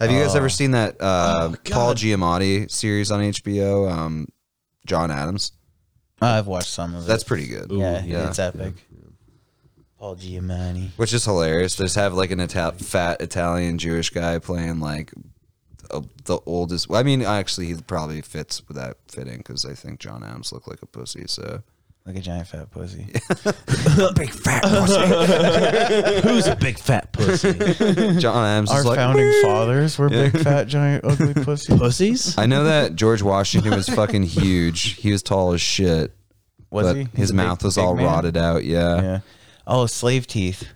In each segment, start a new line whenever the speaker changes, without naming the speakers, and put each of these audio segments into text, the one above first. Have you guys
Oh.
ever seen that uh,
Oh,
Paul
God.
Giamatti series on HBO? Um, John Adams.
I've watched some of it.
That's pretty good.
Ooh,
yeah,
yeah.
it's epic. Paul Giamatti.
Which is hilarious. They just have like an Ita- fat Italian Jewish guy playing like a, the oldest. I mean, actually, he probably fits with that fitting because I think John Adams looked like a pussy. So
Like a giant fat pussy.
big fat pussy.
Who's a big fat pussy?
John Adams
Our
is like.
founding fathers were
Yeah.
big, fat, giant, ugly pussies.
Pussies?
I know that George Washington was fucking huge. He was tall as shit.
Was
but
he? He's
His
a big-
mouth was
big
all
man.
rotted out. Yeah.
Yeah. Oh, slave teeth.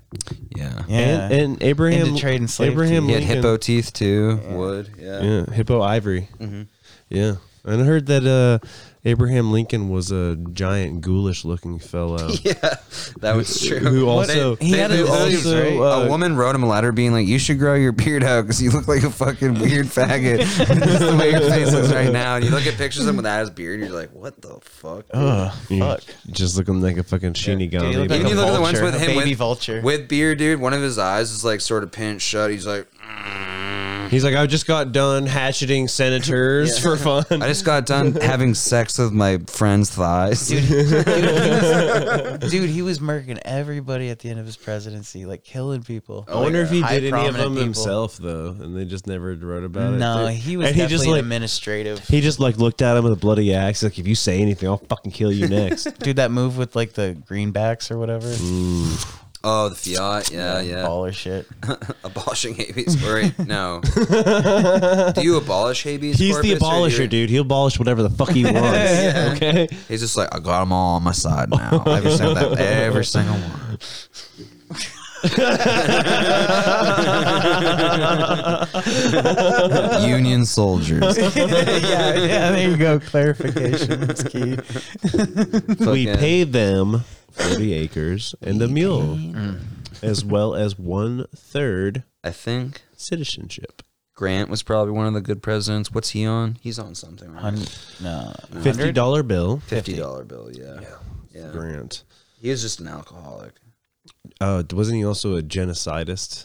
Yeah.
Yeah.
And, and Abraham
Into trade and slave
Abraham
He had
Lincoln,
hippo teeth too. Wood. Yeah.
Yeah, hippo ivory.
Mm-hmm.
Yeah, and I heard that uh, Abraham Lincoln was a giant, ghoulish-looking fellow.
Yeah, that was true.
who also-
they,
He had
they
a
do
disease,
also-
right?
a woman wrote him a letter being like, "You should grow your beard out because you look like a fucking weird faggot." That's the way your face looks right now. And you look at pictures of him without his beard, and you're like, "What the fuck?"
Ugh, fuck.
Just looking like a fucking
Dude, he
shinigami.
looked
but-
And
like
you
a
look at the ones
vulture,
with
a
him
baby
with,
vulture.
with beard, dude. One of his eyes is like sort of pinched shut. He's like, "Mm."
He's like, I just got done hatcheting senators for fun.
"I just got done having sex with my friend's thighs."
Dude, he was murking everybody at the end of his presidency, like killing people.
I wonder if he
High
did any of
prominent
them
Oh, people.
himself though, and they just never wrote about it.
No,
They-
he was
and
definitely
he just
an
like
administrative.
he just like looked at him with a bloody axe. Like, if you say anything, I'll fucking kill you next.
Dude, that move with like the greenbacks or whatever.
Oh, the fiat. Yeah, yeah.
Baller shit.
Abolishing habeas corpus. No. Do you abolish habeas?
He's the
corpus, or do you-
abolisher, dude. He'll abolish whatever the fuck he wants. Okay.
He's just like, I got them all on my side now. Every single, that, every single one. Union soldiers.
yeah, yeah, there you go. Clarification is key.
we
Fucking-
pay them 40 acres and a mule, as well as one third
I think
citizenship.
Grant was probably one of the good presidents. What's he on? He's on something. Right?
Hun- no.
$50 bill.
Fifty dollar bill. Yeah. yeah, Uh,
Grant.
He was just an alcoholic.
Uh, wasn't he also a genocidist?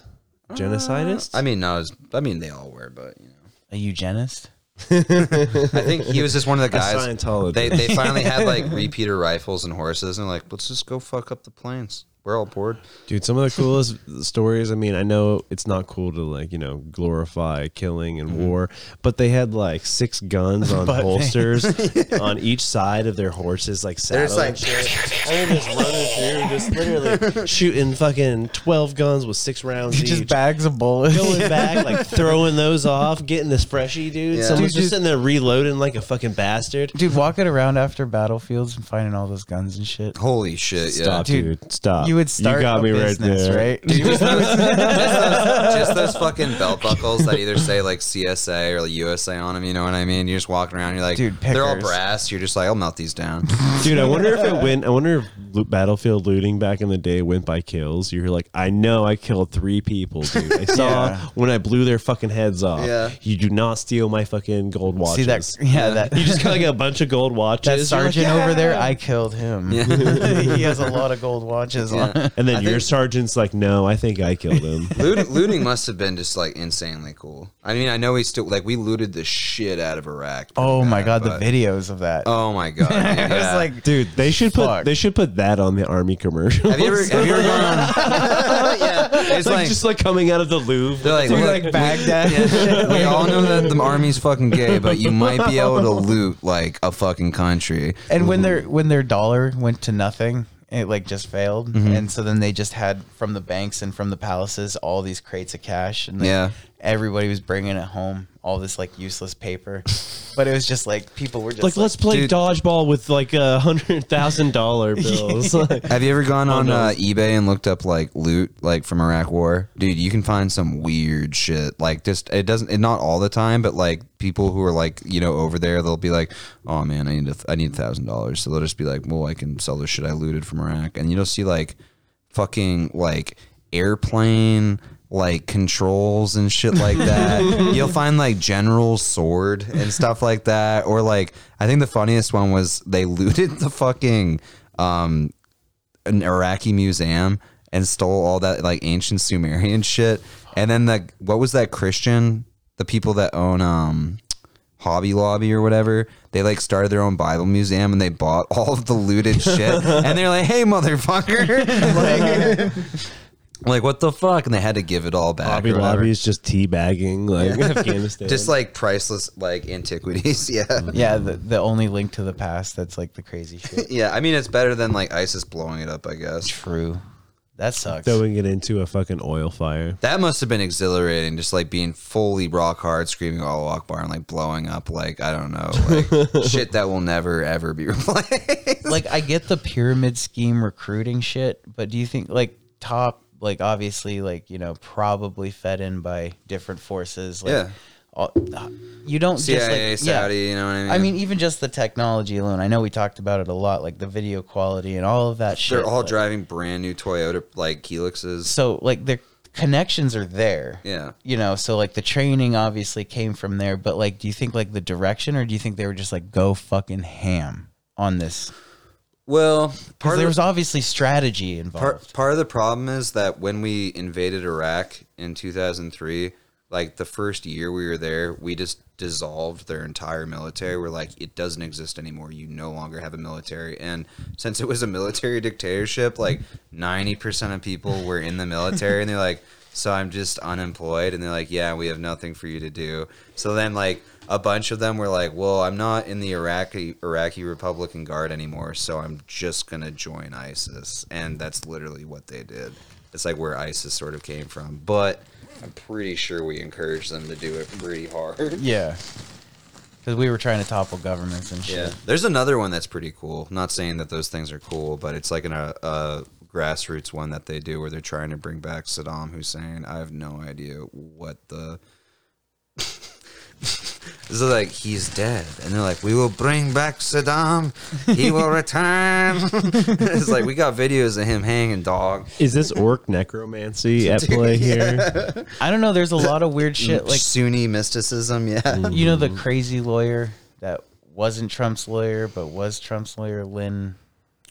Genocidist?
uh, I mean, not as. I mean, they all were, but you know.
A eugenist?
I think he was just one of the
A
guys.
Scientologist.
They they finally had like repeater rifles and horses, and they're like, let's just go fuck up the planes. We're all bored.
Dude, some of the coolest stories. I mean, I know it's not cool to like, you know, glorify killing and war, but they had like six guns on
Mm-hmm. But-
holsters on each side of their horses, like
They're just
saddle
like,
and shit. And they're just running through, just literally shooting fucking twelve guns with six rounds each.
Just bags of bullets.
Going back, like throwing those off, getting this freshie, dude.
Yeah.
Someone's
Dude,
just sitting there reloading like a fucking bastard.
Dude, walking around after battlefields and finding all those guns and shit.
Holy shit! Yeah.
Stop, dude,
Dude,
Stop.
You would start a business, right?
just, those, just those- just those fucking belt buckles that either say like CSA or like USA on them. You know what I mean? You're just walking around. You're like,
Dude,
they're all
pickers.
brass. You're just like, I'll melt these down.
Dude, I wonder if it went. I wonder if lo- battlefield looting back in the day went by kills. You're like, I know I killed three people, dude. I saw
Yeah.
when I blew their fucking heads off.
Yeah.
You do not steal my fucking gold
See
watches.
that? Yeah, that.
You just got like a bunch of gold
that
watches. You're like,
sergeant over there,
"Yeah."
I killed him. he has a lot of gold watches
Yeah.
on.
and then
I
your
think-
sergeant's like, no, I think I killed him.
Loot, looting must have been just like insanely cool. I mean, I know we still like we looted the shit out of Iraq. pretty
Oh my
bad,
god,
but-
the videos of that.
Oh my god!
I
dude,
was
yeah.
like,
Dude, they should
Fuck.
put they should put that on the army commercial.
have you ever have you ever gone on? yeah, it's
like,
like
just like coming out of the Louvre?
they're like,
dude,
look,
like Baghdad.
we all know that the army's fucking gay, but you might be able to loot like a fucking country.
And when their when their dollar went to nothing, it like just failed,
Mm-hmm.
and so then they just had from the banks and from the palaces all these crates of cash, and then
Yeah.
everybody was bringing it home, all this like useless paper, but it was just like people were just
Like, let's play
dude.
dodgeball with like a hundred thousand dollar bills. Like-
Have you ever gone on
no.
uh, eBay and looked up like loot like from Iraq War? Dude, you can find some weird shit. Like just it doesn't it, not all the time, but like people who are like you know over there, they'll be like, oh man, I need a th- I need thousand dollars. So they'll just be like, well, I can sell the shit I looted from Iraq, and you'll see like fucking like airplane like controls and shit like that. You'll find like general sword and stuff like that or like I think the funniest one was they looted the fucking um an Iraqi museum and stole all that like ancient Sumerian shit. And then the what was that Christian the people that own um Hobby Lobby or whatever, they like started their own Bible museum and they bought all of the looted shit and they're like, "Hey, motherfucker!" like, like, what the fuck? And they had to give it all back.
Hobby
or whatever.
Lobby is just teabagging like Afghanistan.
Just like priceless, like antiquities. Yeah.
Yeah, the, the only link to the past that's like the crazy shit.
Yeah. I mean, it's better than like ISIS blowing it up, I guess.
True. That sucks.
throwing it into a fucking oil fire.
That must have been exhilarating, just like being fully rock hard, screaming all Akbar and like blowing up, like, I don't know, like shit that will never, ever be replaced.
like I get the pyramid scheme recruiting shit, but do you think like top like obviously like you know probably fed in by different forces like
Yeah.
all, you don't
CIA,
just like yeah.
Saudi, you know what I mean?
I mean even just the technology alone. I know we talked about it a lot like the video quality and all of that shit.
they're all
but-
driving brand new Toyota, like Helixes.
So like their connections are there.
Yeah.
You know, so like the training obviously came from there, but like do you think like the direction or do you think they were just like go fucking ham on this?
Well, part
Because
of
there
the-
was obviously strategy involved.
Part, part of the problem is that when we invaded Iraq in 2003, like the first year we were there, we just dissolved their entire military. We're like, it doesn't exist anymore. You no longer have a military. And since it was a military dictatorship, like 90% of people were in the military and they're like, so I'm just unemployed. And they're like, yeah, we have nothing for you to do. So then, like, a bunch of them were like, well, I'm not in the Iraqi Iraqi Republican Guard anymore, so I'm just gonna join ISIS, and that's literally what they did. It's like where ISIS sort of came from, but I'm pretty sure we encouraged them to do it pretty hard.
Yeah. Because we were trying to topple governments and shit.
Yeah, there's another one that's pretty cool. Not saying that those things are cool, but it's like an, a, a grassroots one that they do where they're trying to bring back Saddam Hussein. I have no idea what the. This is like he's dead, and they're like, "We will bring back Saddam. He will return." it's like we got videos of him hanging dog.
Is this orc necromancy at play here?
I don't know. There's a lot of weird shit. Like,
Sunni mysticism, yeah.
you know, the crazy lawyer that wasn't Trump's lawyer, but was Trump's lawyer, Lynn.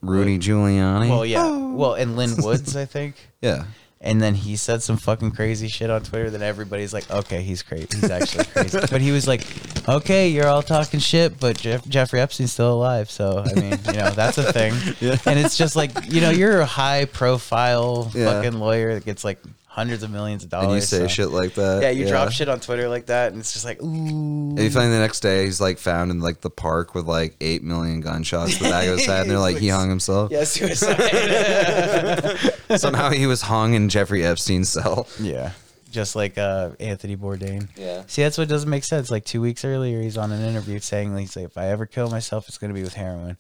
Oh.
Rudy Giuliani.
Well, yeah. Well, and Lynn Woods, I think.
yeah.
And then he said some fucking crazy shit on Twitter. Then everybody's like, okay, he's crazy. He's actually crazy. But he was like, okay, you're all talking shit, but Jeff- Jeffrey Epstein's still alive. So, I mean, you know, that's a thing. And it's just like, you know, you're a high profile
Yeah.
fucking lawyer that gets like hundreds of millions of dollars.
And you say
so-
shit like that.
Yeah, you drop shit on Twitter like that, and it's just like, ooh.
And you find the next day he's like found in like the park with like eight million gunshots to the back of his head, and they're like he hung himself.
Yeah, suicide.
Somehow he was hung in Jeffrey Epstein's cell.
yeah. Just like uh, Anthony Bourdain.
Yeah.
See, that's what doesn't make sense. Like two weeks earlier, he's on an interview saying, like, he's like, if I ever kill myself, it's going to be with heroin.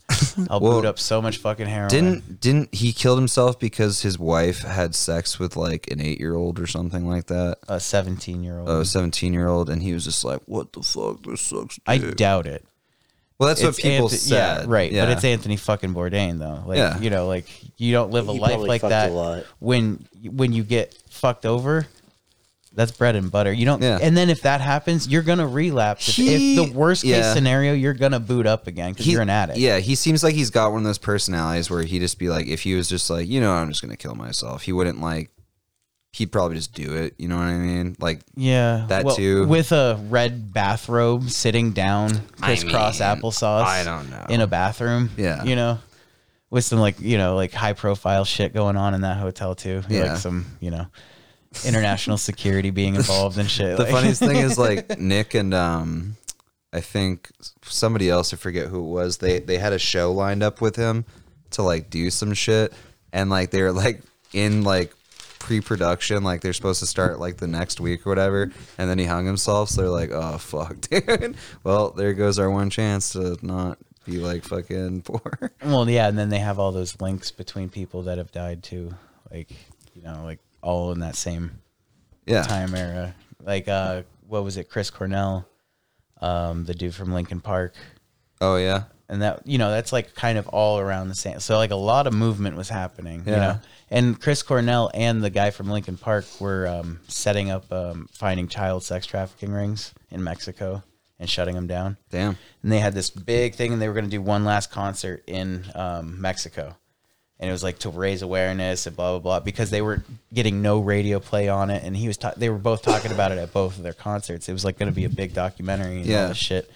I'll
Well,
boot up so much fucking heroin.
Didn't didn't he killed himself because his wife had sex with like an eight year old or something like that?
a 17 year old.
a 17 year old and he was just like what the fuck this sucks
I
dude."
doubt it.
well that's what
It's
people
Anth-
said
Yeah, right. But
Yeah.
it's Anthony fucking Bourdain, though. Like,
Yeah.
you know, like you don't live a
He
life
probably
like
fucked
that
a lot.
when when you get fucked over. That's bread and butter. You don't,
Yeah.
and then if that happens, you're gonna relapse. If-
He-
if the worst case
yeah.
scenario, you're gonna boot up again because
He-
you're an addict.
yeah he seems like he's got one of those personalities where he just be like if he was just like you know i'm just gonna kill myself he wouldn't like he'd probably just do it you know what i mean like
yeah.
That too.
with a red bathrobe, sitting down,
I
crisscross
mean,
applesauce.
I don't know.
in a bathroom.
Yeah.
you know, with some like you know like high profile shit going on in that hotel too.
Yeah.
like some you know international security being involved and shit.
the
like-
funniest thing is like Nick and um I think somebody else I forget who it was they they had a show lined up with him to like do some shit and like they were like in like pre-production like they're supposed to start like the next week or whatever and then he hung himself so they're like oh fuck dude well there goes our one chance to not be like fucking poor
Well, yeah, and then they have all those links between people that have died too, like you know, like all in that same
yeah
time era. Like uh, what was it, Chris Cornell, um, the dude from Lincoln Park.
oh yeah
and that you know that's like kind of all around the same so like a lot of movement was happening you
Yeah.
know and chris cornell and the guy from lincoln park were um, setting up um, finding child sex trafficking rings in mexico and shutting them down
damn
and they had this big thing and they were going to do one last concert in um, mexico and it was like to raise awareness and blah blah blah because they were getting no radio play on it, and he was ta- they were both talking about it at both of their concerts. It was like going to be a big documentary and
Yeah.
all this shit.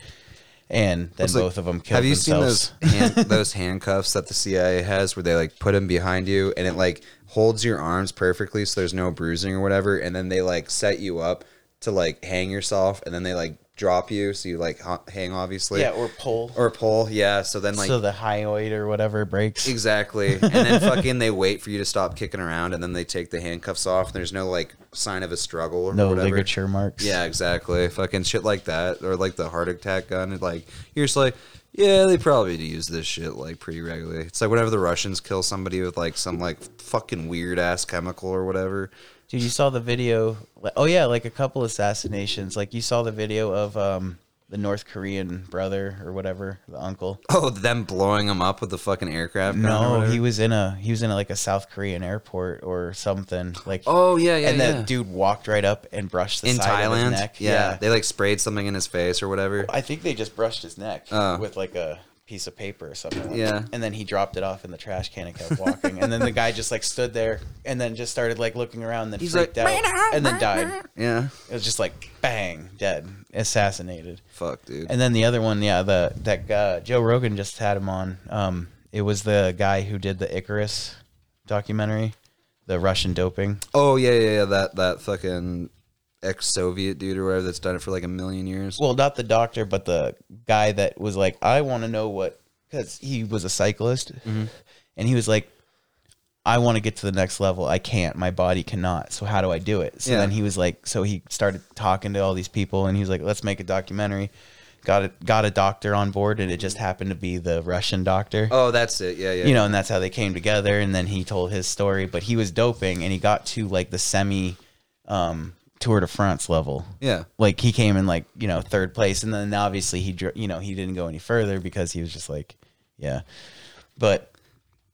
And then
It's like-
both of them killed
Have you
themselves.
seen those hand, those handcuffs that the CIA has, where they like put them behind you and it like holds your arms perfectly, so there's no bruising or whatever, and then they like set you up to like hang yourself, and then they like drop you, so you like ho- hang obviously,
Yeah, or pull.
or pull, yeah. So then like
so the hyoid or whatever breaks.
Exactly. And then fucking they wait for you to stop kicking around and then they take the handcuffs off and there's no like sign of a struggle or
no
whatever.
ligature marks.
Yeah, exactly. Fucking shit like that or like the heart attack gun and like you're just like yeah, they probably do use this shit like pretty regularly. It's like whenever the Russians kill somebody with like some like fucking weird ass chemical or whatever.
Dude, you saw the video. Oh yeah, like a couple assassinations. Like you saw the video of um the North Korean brother or whatever, the uncle.
Oh, them blowing them up with the fucking aircraft. gun or
No,
whatever.
he was in a he was in like a South Korean airport or something. Like
Oh yeah, yeah.
and
yeah.
that dude walked right up and brushed the
in
side of
Thailand.
his neck. Oh,
Yeah, they like sprayed something in his face or whatever.
I think they just brushed his neck
Oh.
with like a piece of paper or something. like
Yeah.
that. And then he dropped it off in the trash can and kept walking. and then the guy just like stood there and then just started like looking around and then
He's
freaked
like,
out and then died.
Yeah,
It was just like bang, dead, assassinated.
fuck, dude.
And then the other one, yeah, the that uh, Joe Rogan just had him on. Um, it was the guy who did the Icarus documentary, the Russian doping.
Oh yeah, yeah, yeah. That that fucking ex-Soviet dude or whatever that's done it for like a million years.
Well, not the doctor, but the guy that was like, I want to know what, because he was a cyclist, and he was like, I want to get to the next level. I can't. My body cannot. So how do I do it? So
Yeah.
then he was like, so he started talking to all these people, and he was like, let's make a documentary. Got it. Got a doctor on board, and it just happened to be the Russian doctor.
oh, that's it. Yeah, yeah.
you know, and that's how they came together. And then he told his story, but he was doping and he got to like the semi um, Tour de France level.
Yeah.
Like he came in like, you know, third place. And then obviously he, dr- you know, he didn't go any further because he was just like, yeah. But,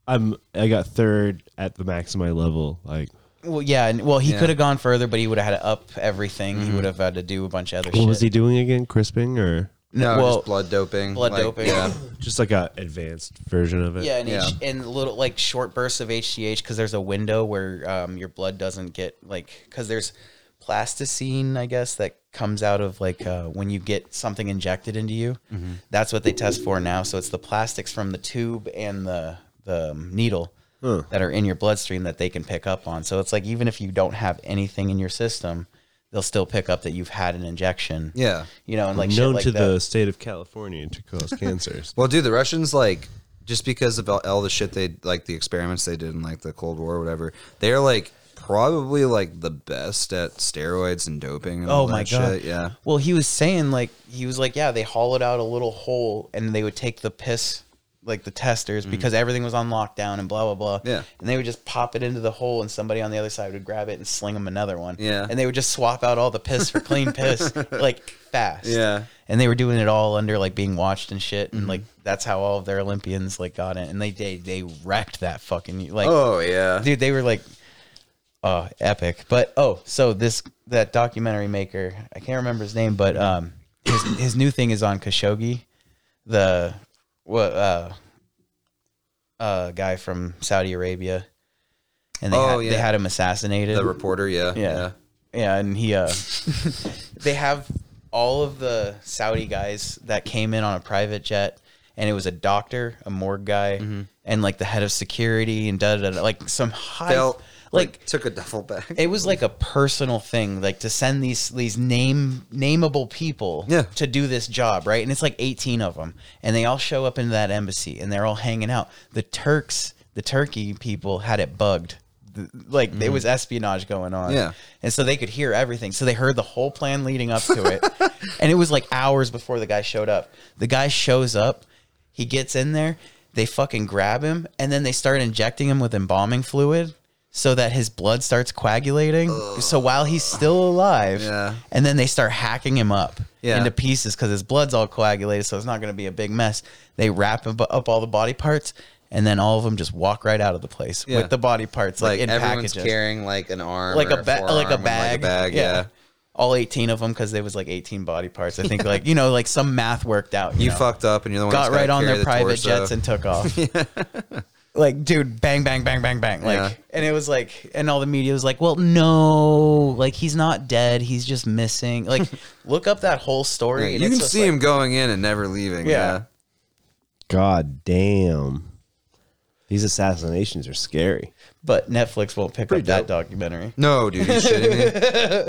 I'm I got third at the maximum level. Like
well, yeah. And, well, he
Yeah. Mm-hmm.
could have gone further, but he would have had to up everything. He would have had to do a bunch of other
what
shit.
was he doing again? Crisping or
No,
well,
just blood doping.
blood
like,
doping.
Yeah.
just like a advanced version of it?
Yeah, and,
Yeah.
H- and little like short bursts of HGH because there's a window where um, your blood doesn't get like because there's plasticine, I guess, that comes out of like uh, when you get something injected into you.
Mm-hmm.
That's what they test for now. So it's the plastics from the tube and the the um, needle that are in your bloodstream that they can pick up on. So it's like even if you don't have anything in your system, they'll still pick up that you've had an injection.
Yeah.
you know, and like
known
shit like
to
that.
the state of California to cause cancers.
Well, dude, the Russians like just because of all- all the shit they like the experiments they did in like the Cold War or whatever, they're like probably like the best at steroids and doping. And all
Oh my
that
god!
Shit. Yeah.
Well, he was saying like he was like, yeah, they hollowed out a little hole and they would take the piss, like the testers, because everything was on lockdown and blah blah blah.
Mm-hmm. Yeah.
And they would just pop it into the hole, and somebody on the other side would grab it and sling them another one.
Yeah.
And they would just swap out all the piss for clean piss, like fast.
Yeah. Mm-hmm.
And they were doing it all under like being watched and shit, and like that's how all of their Olympians like got it, and they they they wrecked that fucking like
Oh yeah.
dude they were like uh epic but oh so this that documentary maker i can't remember his name but um his, his new thing is on khashoggi the what uh uh guy from saudi arabia and they,
Oh,
had,
yeah.
they had him assassinated
The reporter. Yeah.
yeah. Yeah, and he uh they have all of the Saudi guys that came in on a private jet and it was a doctor, a morgue guy, and like the head of security and da da da like some high
Felt
like,
like took a duffel bag.
it was like a personal thing, like to send these these name nameable people
Yeah.
to do this job, right? And it's like eighteen of them, and they all show up into that embassy, and they're all hanging out. The Turks, the Turkey people, had it bugged, Th- like there was espionage going on,
Yeah.
and so they could hear everything. So they heard the whole plan leading up to it, and it was like hours before the guy showed up. The guy shows up, he gets in there, they fucking grab him, and then they start injecting him with embalming fluid so that his blood starts coagulating. So while he's still alive,
Yeah.
and then they start hacking him up
Yeah.
into pieces because his blood's all coagulated, so it's not going to be a big mess. They wrap ab- up all the body parts. And then all of them just walk right out of the place
Yeah.
with the body parts, like,
like
in
everyone's
packages
carrying like an arm,
like
or
a, ba-
forearm
like a
and,
bag,
bag, yeah.
All eighteen of them because there was like eighteen body parts. I think like you know like some math worked out. You,
You
know.
fucked up, and you're the one that's
got
gotta
right on
carry
their
the
private
torso.
jets and took off. like dude bang bang bang bang bang like
Yeah.
and it was like and all the media was like well no like he's not dead he's just missing like look up that whole story
Yeah,
and
you
it's
can
just
see
like-
him going in and never leaving.
Yeah.
Yeah.
God damn. These assassinations are scary.
but Netflix won't pick
Pretty
up that
dope.
documentary
No, dude, are you shitting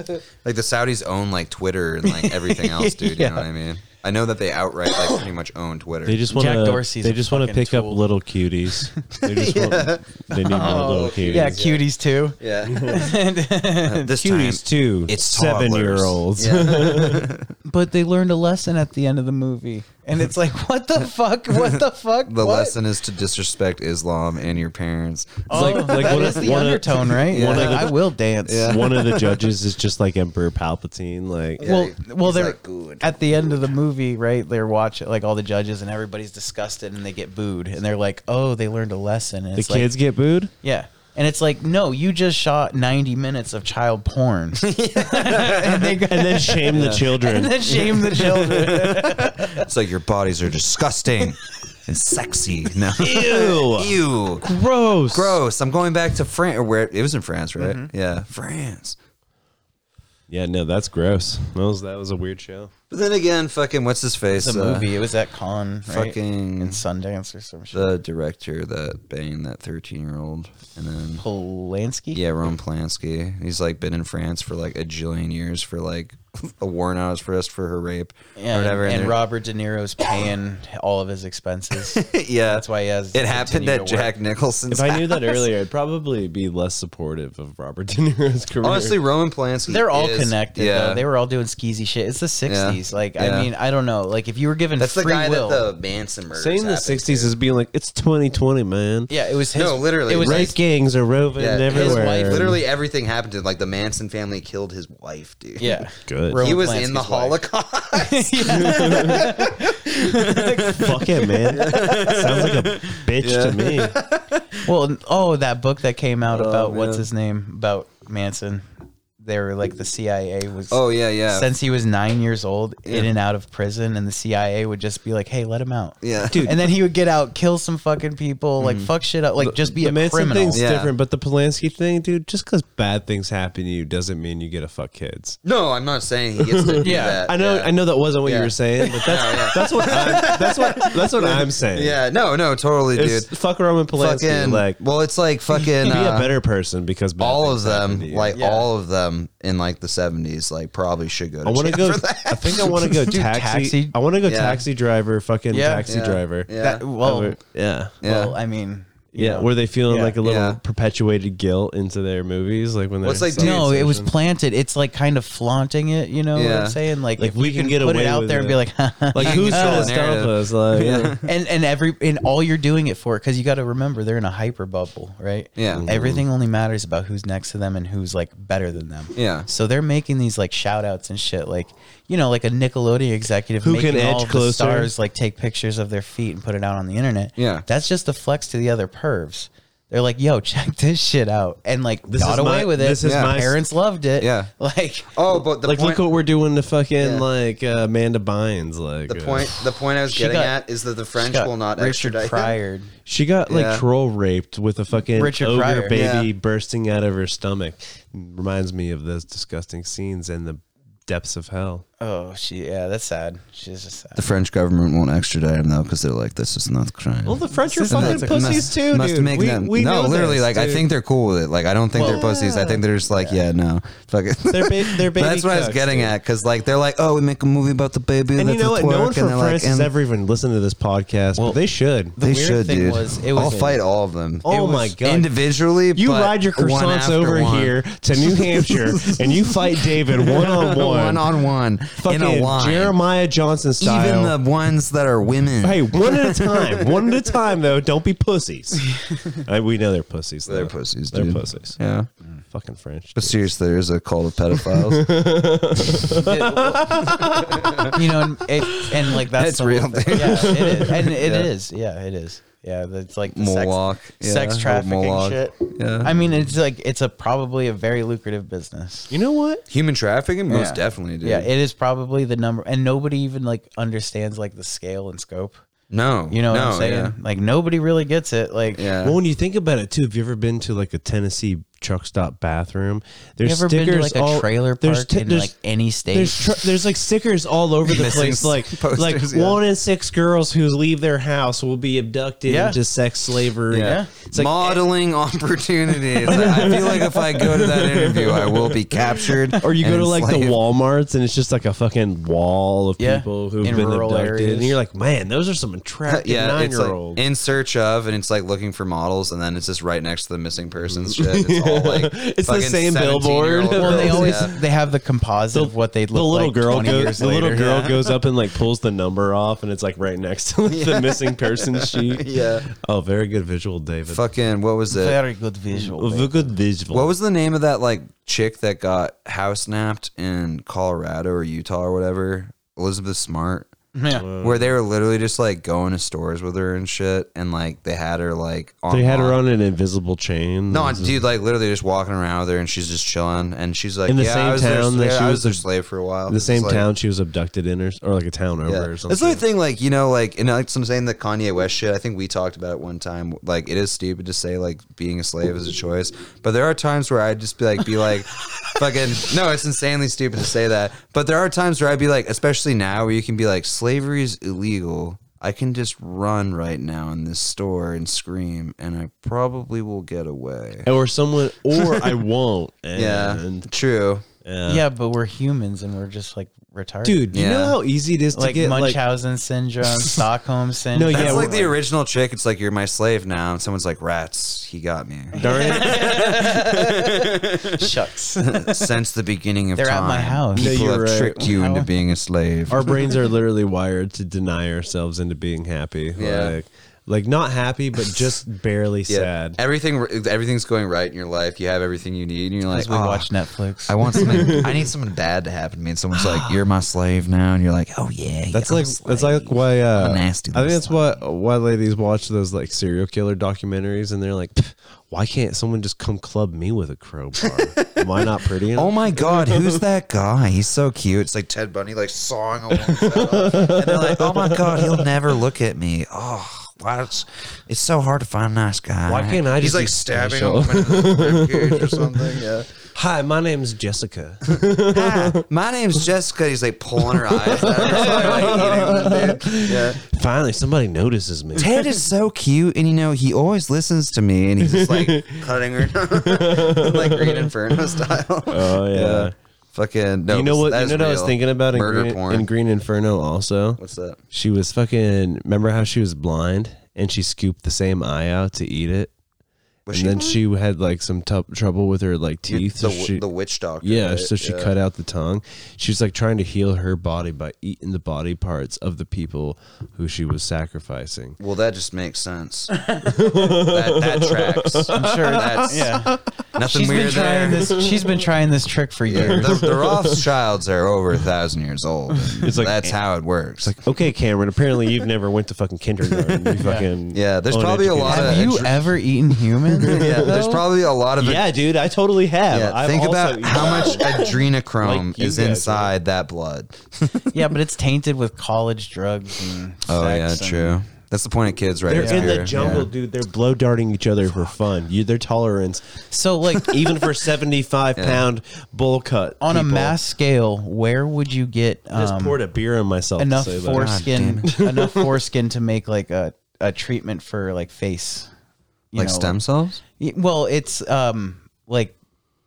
me? Like the Saudis own like Twitter and like everything else, dude. You know what I mean? I know that they outright like pretty much own Twitter.
They just want
Jack
to.
Dorsey's
They
a
just want to
fucking
pick up
tool.
little cuties. They just want. They need more little cuties.
Oh, yeah cuties too
yeah. this
cuties too.
it's
seven year olds.
but they learned a lesson at the end of the movie and it's like what the fuck what the fuck
The
What?
lesson is to disrespect Islam and your parents.
oh,
Like- like
that
one
is
of-
the
one of-
undertone right
Yeah.
Like,
one of
I will dance
One of the judges is just like Emperor Palpatine. Like
well,
Yeah,
well,
he's
they're
like, "Good,
at the end of the movie, right? They're watching like all the judges and everybody's disgusted and they get booed and they're like, "Oh, they learned a lesson." And
the
it's like,
kids get booed.
yeah. And it's like, no, you just shot ninety minutes of child porn, and, they,
and then shame the
and
children.
then shame the children.
It's like your bodies are disgusting and sexy. No.
Ew.
Ew.
Gross.
Gross. I'm going back to France. Where it was in France, right? Yeah, France.
Yeah, no, that's gross. That was that was a weird show.
But then again, fucking what's his face?
It's a
uh,
movie. It was at Con, right?
fucking-
in Sundance or some shit.
the director that banged that 13 year old, and then
Polanski.
yeah, Ron Polanski. He's like been in France for like a jillion years for like a warrant out his wrist for her rape
Yeah,
or
and,
whatever.
and
they're-
Robert De Niro's paying all of his expenses.
yeah,
That's why he has.
it happened
continue
at
to work.
Jack Nicholson's.
If I knew that earlier, I'd probably be less supportive of Robert De Niro's career.
Honestly, Roman Polanski.
They're all
is-
connected.
Yeah,
though. they were all doing skeezy shit. It's the '60s. Like,
Yeah.
I mean, I don't know. Like, if you were given
that's the
free
guy
will,
that the Manson murders.
saying the
happened to.
'60s is being like it's 2020, man.
yeah, it was his.
No, literally,
it was
right.
Rape
his,
gangs are roving
Yeah, his
everywhere.
wife. Literally everything happened to him. Like the Manson family killed his wife, dude.
yeah.
Good.
he
Roman
was in the
Polanski's wife.
Holocaust.
Fuck it, man. Sounds like a bitch to me.
Well, and- oh, that book that came out about what's
Oh, man.
his name about Manson. They were like the CIA was.
oh yeah, yeah,
Since he was nine years old, in and out of prison, and the CIA would just be like, "Hey, let him out."
yeah, Mm-hmm.
Dude,
And then he would get out, kill some fucking people, like fuck shit up, like just be
the
a
Manson
criminal.
thing's
Yeah.
different, but the Polanski thing, dude, just because bad things happen to you doesn't mean you get to fuck kids.
No, I'm not saying he gets to do
Yeah,
that.
I know,
Yeah.
I know that wasn't what
Yeah.
you were saying, but that's
No, yeah.
that's what I'm, that's what that's what I'm saying.
Yeah, no, no, totally, dude.
It's fuck Roman Polanski.
fucking
like,
well, it's like fucking
be
uh,
a better person because bad
all
things
of
happen
them,
to you.
like
Yeah.
all of them in like the 70s, like probably should go to
I want to
jail
go.
for that.
I think I want to go
Dude,
taxi,
taxi-
I want to go
Yeah.
taxi driver. Fucking
Yeah.
taxi
Yeah.
driver.
Yeah. Oh,
That- well,
Ever- yeah.
Yeah.
well, I mean, you
Yeah,
know.
were they feeling
Yeah.
like a little
Yeah.
perpetuated guilt into their movies, like when they're
What's like,
selling
No, it was
something?
planted. It's like kind of flaunting it. You know what
Yeah.
I'm saying? Like,
Like,
if
we
you
can get
put
away
it out
with
there
it.
and be like,
like who's gonna stop
narrative.
us? Like, yeah.
and and every and all you're doing it for because you got to remember they're in a hyper bubble, right?
Yeah.
Mm-hmm.
Everything only matters about who's next to them and who's like better than them.
Yeah.
So they're making these like shout outs and shit, like you know, like a Nickelodeon executive
Who
making
can edge
all of
closer?
the stars like take pictures of their feet and put it out on the internet.
Yeah.
That's just a flex to the other pervs. They're like, yo, check this shit out, and like
This
got
is my-
away with it.
this is
Yeah. my-
parents loved it.
Yeah.
Like.
Oh, but the
like
point,
look what we're doing to fucking
Yeah.
like uh, Amanda Bynes. Like
the
uh,
point, the point I was
She
getting
got-
at is that the French
got
will not
Richard
extradite him.
Pryor.
she got like
Yeah.
troll raped with a fucking
Richard
ogre
Pryor.
baby
Yeah.
bursting out of her stomach. Reminds me of those disgusting scenes and the depths of hell.
Oh, she yeah, that's sad. She's just sad.
The French government won't extradite him though because they're like, this is not crime.
Well, the French are
This is
fucking
nuts.
pussies
must,
too,
must
dude.
make
we,
them.
we
no,
know
literally,
this,
like I
dude.
think they're cool with it. Like I don't think they're pussies. I think they're just like, yeah, no, fuck it.
They're ba- they're baby
That's what I was
cucks,
getting
dude.
at because like they're like, oh, we make a movie about the baby
And
that's
you know
a
what?
twerk,
No one from
and they're
France
like,
has
and-
ever even listened to this podcast, but they should.
They
weird
should,
thing
dude.
was- it was-
I'll fight all of them.
oh
was-
my god!
individually.
you
but
ride your
one
croissants
after
over
one.
here to New Hampshire, and you fight David one on
one
one,
on one in a
fucking
line.
Jeremiah Johnson style.
Even the ones that are women.
Hey, one at a time. One at a time, though. Don't be pussies. I, we know they're pussies. Though.
They're pussies,
They're
dude.
pussies.
Yeah,
Fucking French.
but seriously, there is a cult of pedophiles.
you know, and, it, and like that's
It's
the whole
real,
thing.
dude.
Yeah, it is. and it
Yeah.
is. yeah. it is. Yeah, that's like the
Moloch,
sex, sex
yeah,
trafficking
Moloch,
shit.
yeah.
I mean, it's like it's a probably a very lucrative business.
You know what?
Human trafficking, most
Yeah.
definitely, dude.
Yeah, it is probably the number, and nobody even like understands like the scale and scope.
No,
You know what
no,
I'm saying? Like nobody really gets it. Like
Yeah, yeah.
Well, when you think about it too, have you ever been to like a Tennessee truck stop bathroom? There's
you ever been
stickers
to like a
all
trailer park
there's t-
in
there's-
like any state?
There's tr- there's like stickers all over the
Missing
place, like
posters,
like
yeah.
one in six girls who leave their house will be abducted
Yeah.
into sex slavery.
Yeah.
It's like-
modeling opportunities. I feel like if I go to that interview, I will be captured.
Or you go
and
to like the
enslaved.
WalMarts and it's just like a fucking wall of
Yeah.
people who've
In
been
rural
abducted,
areas.
and you're like, man, those are some attractive
Yeah,
nine
it's
year
like
olds.
in search of, and it's like looking for models, and then it's just right next to the missing persons shit. It's all like
It's the
fucking
same
17-year-old
billboard.
girls,
well, they always
yeah.
they have the composite of what they look
the little
like
girl
20
goes.
years
The little
later.
girl
Yeah.
goes up and like pulls the number off, and it's like right next to the missing person sheet.
Yeah.
Oh, very good visual, David.
fucking what was it?
Very good visual.
Very good visual.
What was the name of that like chick that got house snapped in Colorado or Utah or whatever? Elizabeth Smart.
Yeah.
Where they were literally just like going to stores with her and shit, and like they had her like on
They had her
lock-
on an invisible chain.
No, dude, like literally just walking around with her, and she's just chilling, and she's like,
In the
yeah,
same
I was
town
their,
that
yeah,
she
I
was
was their
ab-
slave for a while.
the
It's
same
like-
town she was abducted in, or, or like a town over,
Yeah.
or
That's the
something.
only thing, like you know, like and like so I'm saying the Kanye West shit. I think we talked about it one time. Like it is stupid to say like being a slave is a choice, but there are times where I'd just be like, be like, fucking no, it's insanely stupid to say that. But there are times where I'd be like, especially now, where you can be like, slavery is illegal. I can just run right now in this store and scream, and I probably will get away.
or someone, or I won't. And,
Yeah, true.
yeah.
Uh,
Yeah, but we're humans and we're just like retarded.
dude, you know
Yeah.
how easy it is to
like
get like.
Munchausen syndrome, Stockholm syndrome.
yeah,
That's
we're
like the original chick. It's like you're my slave now, and someone's like, "Rats, he got me."
Darn it.
shucks.
since the beginning of
They're
time.
at my house. No,
People
you're
have
right.
tricked you
How-
into being a slave.
Our brains are literally wired to deny ourselves into being happy.
Yeah.
Like, like not happy, but just barely sad.
Everything, everything's going right in your life. You have everything you need, and you're like,
As we
"Ah,
watch Netflix.
I want something. I need something bad to happen to me. And someone's like, "You're my slave now," and you're like, "Oh yeah."
That's
yeah, I'm
like
a
that's
slave."
like why uh,
I'm nasty
I think
little
that's why why ladies watch those like serial killer documentaries and they're like, "Pff, why can't someone just come club me with a crowbar? Am I not pretty enough?
Oh my God, who's that guy? He's so cute. It's like Ted Bundy, like sawing a woman's head off. And they're like, oh my God, he'll never look at me. Oh, why it's, it's so hard to find a nice guy.
Why can't I
He's
just be
like stabbing
special?
a woman in the ribcage or something. Yeah.
Hi, my name's Jessica.
"Ah, my name's Jessica. He's like pulling her eyes out. It's like, like, eating them, dude. Yeah.
Finally, somebody notices me.
Ted is so cute, and you know he always listens to me, and he's just like cutting her down, like Green Inferno style.
Oh yeah.
Fucking no.
you know what?
that
You
is
know what I was
real.
thinking about in
murder
Green,
porn.
in Green Inferno. Also,
What's that?
she was fucking. Remember how she was blind and she scooped the same eye out to eat it,
Was
and
she
then
blind?
she had like some tou- trouble with her like teeth. so
the,
she,
the witch doctor?
yeah,
right?
so she
Yeah.
cut out the tongue. She was like trying to heal her body by eating the body parts of the people who she was sacrificing.
Well, that just makes sense. that, that tracks. I'm sure that's
yeah.
nothing
She's been
weird there.
trying this. She's been trying this trick for
Yeah,
years.
the, the Rothschilds are over a thousand years old.
It's like-
that's how it works.
Okay, Cameron. Apparently, you've never went to fucking kindergarten. You fucking
Yeah, there's probably a lot
uneducated.
of-
Have you ever eaten human?
yeah, there's probably a lot of
Yeah, dude, I totally have.
Yeah,
I've
think
also
about how
eaten-
much adrenochrome
Like you
is
guys,
inside that blood.
Yeah, but it's tainted with college drugs and sex and-
Oh, That's the point of kids, right?
They're
It's
in the
pure,
jungle,
yeah.
dude. They're blow darting each other for fun. You, their tolerance,
So like
even for seventy-five pound bowl cut
on a
people,
mass scale, where would you get
I just
um,
poured a beer on myself. to
enough
say that.
foreskin enough foreskin to make like a, a treatment for like face? you
Like
know?
stem cells?
Y- Well, it's um like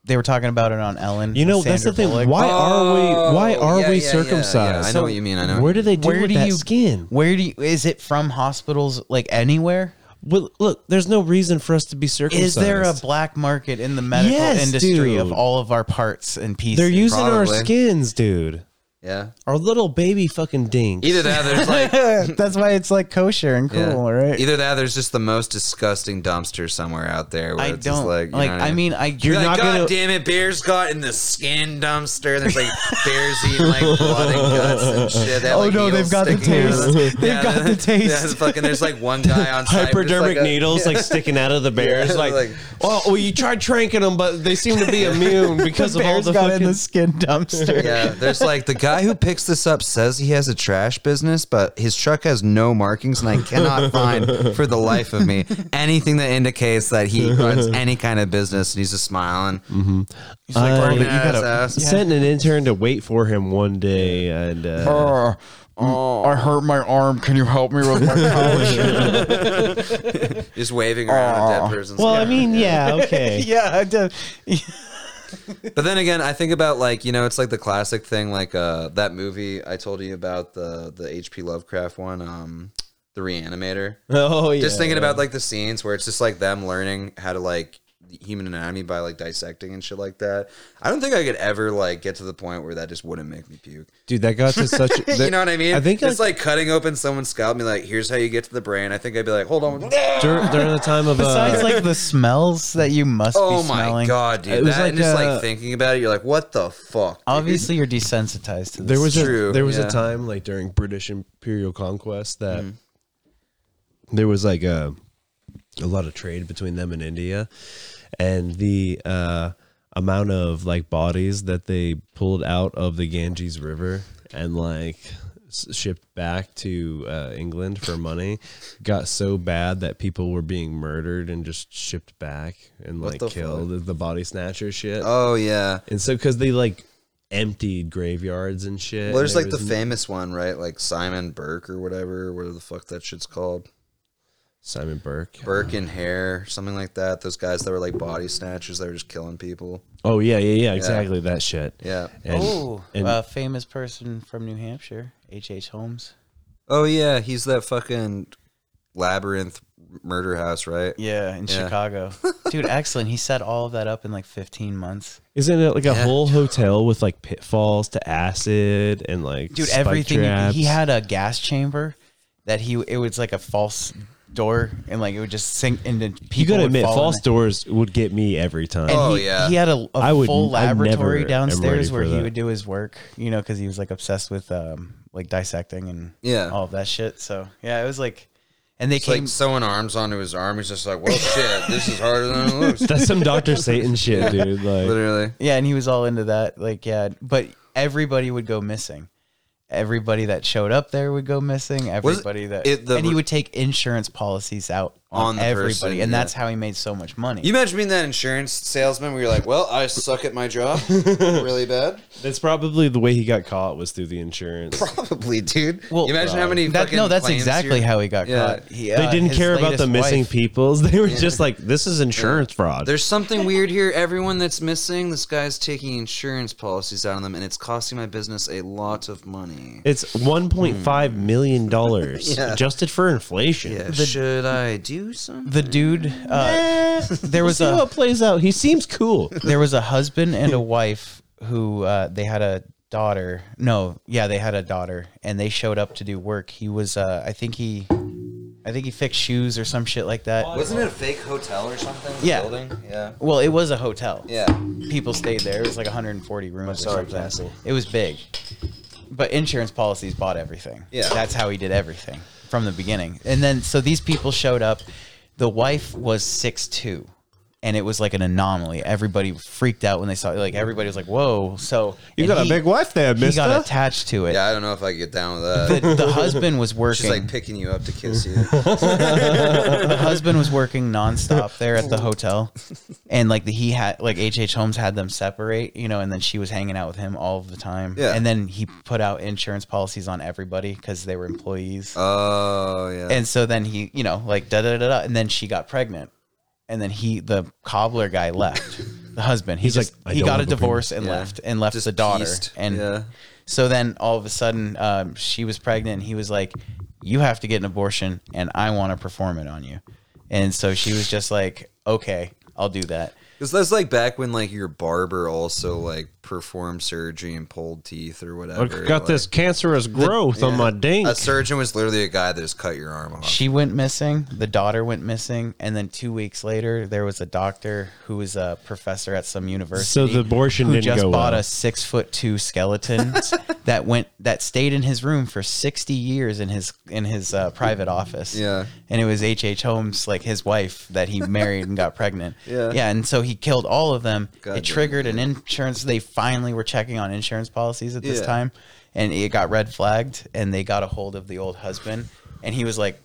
they were talking about it on Ellen.
You know,
with
that's the
Sandra
thing.
Bullock.
Why are we? Why
Oh,
are
yeah,
we
yeah, yeah,
circumcised?
yeah. I know what you mean, I know.
Where do they do
Where
with
do
that
you
skin?
Where do you? Is it from hospitals? Like anywhere?
Well, look, there's no reason for us to be circumcised.
Is there a black market in the medical
Yes,
industry of
dude.
all of our parts and pieces?
They're using our
Probably.
skins, dude.
Yeah.
Our little baby fucking dinks.
Either that, there's like.
That's why it's like kosher and cool,
yeah.
right?
Either that, there's just the most disgusting dumpster somewhere out there. Where
I
it's just
don't
like,
like.
you know what
I mean, I you're
like,
not
God
gonna-
damn it, bears got in the skin dumpster. And there's like bears eating like blood and guts and shit. They have,
Oh,
like,
no,
needles
they've got the
sticking out of them.
taste. They've got the taste.
Yeah, fucking, there's like one guy on site with just, like,
hypodermic
a-
needles like sticking out of the bears.
Yeah,
like,
like-
oh, well, you tried tranking them, but they seem to be immune because of all
bears
the
got
fucking.
in the skin dumpster.
Yeah, there's like the guy who picks this up says he has a trash business, but his truck has no markings, and I cannot find for the life of me anything that indicates that he runs any kind of business. And he's just smiling. He's like,
Uh,
burning
but you
his
gotta-
ass.
Sent an intern to wait for him one day, and uh,
Oh.
Oh,
I hurt my arm. Can you help me with my college?
just waving around a dead person's.
well, I
Yeah.
mean, yeah, okay,
yeah, I did.
But then again, I think about like you know, it's like the classic thing, like uh, that movie I told you about the the H.P. Lovecraft one, um, the Reanimator.
oh yeah.
just thinking about like the scenes where it's just like them learning how to like human anatomy by like dissecting and shit like that. I don't think I could ever like get to the point where that just wouldn't make me puke.
dude, that got to such.
you know what I mean?
I think
it's
like,
like, cutting open someone's scalp and be like, "Here's how you get to the brain." I think I'd be like, "Hold on."
dur- during the time of
Besides,
uh,
like the smells that you must
Oh
be
my
smelling.
god, dude!
It was
that, and
like,
just
uh,
like thinking about it, you're like, "What the fuck?" dude?"
Obviously, you're desensitized to this.
there was a
true,
there was
yeah. Mm.
a time like during British imperial conquest that there was like a a lot of trade between them and India, and the uh, amount of like bodies that they pulled out of the Ganges River and like s- shipped back to uh, England for money got so bad that people were being murdered and just shipped back and
What
like
the
killed the body snatcher shit.
Oh yeah.
And so, because they like emptied graveyards and shit.
Well, there's
and
like
it
the
was-
famous one, right? Like Simon Burke or whatever, whatever the fuck that shit's called.
Simon Burke.
Burke and Hare, something like that. Those guys that were like body snatchers, they were just killing people.
Oh yeah, yeah, yeah, exactly that shit.
Yeah.
And,
Ooh,
and
a famous person from New Hampshire, H. H. Holmes.
Oh yeah, he's that fucking labyrinth murder house, right?
Yeah, in
Yeah.
Chicago. Dude, excellent. He set all of that up in like 15 months.
isn't it like a whole hotel with like pitfalls to acid and like
Dude,
spike
everything.
traps?
He had a gas chamber that he, it was like a false door and like it would just sink into people.
You gotta
would
admit,
fall in
false
it.
doors would get me every time.
And
Oh,
he,
yeah.
he had a, a
I would-
full
I never
laboratory
am
downstairs
ready
where
for
he
that.
would do his work, you know, because he was like obsessed with um, like dissecting and
Yeah.
all of that shit. So yeah, it was like, and they
It's
came.
like sewing arms onto his arm. He's just like, well, shit, this is harder than it looks.
That's some Doctor Satan shit, dude. Like,
Literally.
Yeah, and he was all into that. Like, yeah, but everybody would go missing. Everybody that showed up there would go missing.
Was it-
Everybody that
it- the-
and he would take insurance policies out
On
on,
the
everybody,
person,
and
yeah.
that's how he made so much money.
You imagine being that insurance salesman where you're like, well, I suck at my job really bad?
that's probably the way he got caught was through the insurance.
Probably, dude.
Well,
imagine how many
That-
fucking
no, that's
claims
exactly
you're-
how he got
Yeah.
caught. He,
They
uh,
didn't
his
care about the
latest
missing
wife-
peoples. They were just like, "This is insurance fraud."
There's something weird here. Everyone that's missing, this guy's taking insurance policies out on them, and it's costing my business a lot of money.
It's one point five
Hmm.
million dollars
Yeah.
adjusted for inflation.
Yeah, should I do something?
The dude, uh, there was a
plays out. He seems cool.
there was a husband and a wife who uh, they had a daughter. No, yeah, they had a daughter, and they showed up to do work. He was, uh, I think he, I think he fixed shoes or some shit like that.
Wasn't it a fake hotel or something?
Yeah.
Building? Yeah.
Well, it was a hotel.
Yeah.
People stayed there. It was like 140 rooms.
sorry,
or something. It was big, but insurance policies bought everything.
Yeah.
that's how he did everything from the beginning. And then so these people showed up. The wife was six two, and it was like an anomaly. Everybody freaked out when they saw. Like everybody was like, "Whoa!" So
You
and
got
he-
a big wife there,
He
mister.
got attached to it.
Yeah, I don't know if I could get down with that.
The, the husband was
She's
working.
like picking you up to kiss you.
the husband was working nonstop there at the hotel, and like the, he had like H H Holmes had them separate, you know, and then she was hanging out with him all of the time.
Yeah.
And then he put out insurance policies on everybody because they were employees,
Oh yeah.
and so then he, you know, like da da da da, and then she got pregnant, and then he, the cobbler guy, left. The husband, he
He's
just,
like, "I
he
don't
got a
have a baby."
divorce and
Yeah.
left, and left
Just
the daughter,
pieced.
and
Yeah.
so then all of a sudden, um, she was pregnant. And he was like, "You have to get an abortion, and I want to perform it on you." And so she was just like, "Okay, I'll do that."
Because that's like back when like your barber also like performed surgery and pulled teeth or whatever.
I got
like,
this cancerous growth on my dink.
A surgeon was literally a guy that just cut your arm off.
She went missing. The daughter went missing, and then two weeks later, there was a doctor who was a professor at some university.
So the abortion
who
didn't
just
go
bought
well.
a six foot two skeleton that went that stayed in his room for sixty years in his in his uh, private office.
Yeah.
and it was H. H. Holmes, like his wife that he married and got pregnant.
Yeah.
yeah, and so he killed all of them.
God
it
damn.
triggered an insurance. They finally were checking on insurance policies at this
Yeah.
time, and it got red flagged, and they got a hold of the old husband, and he was like,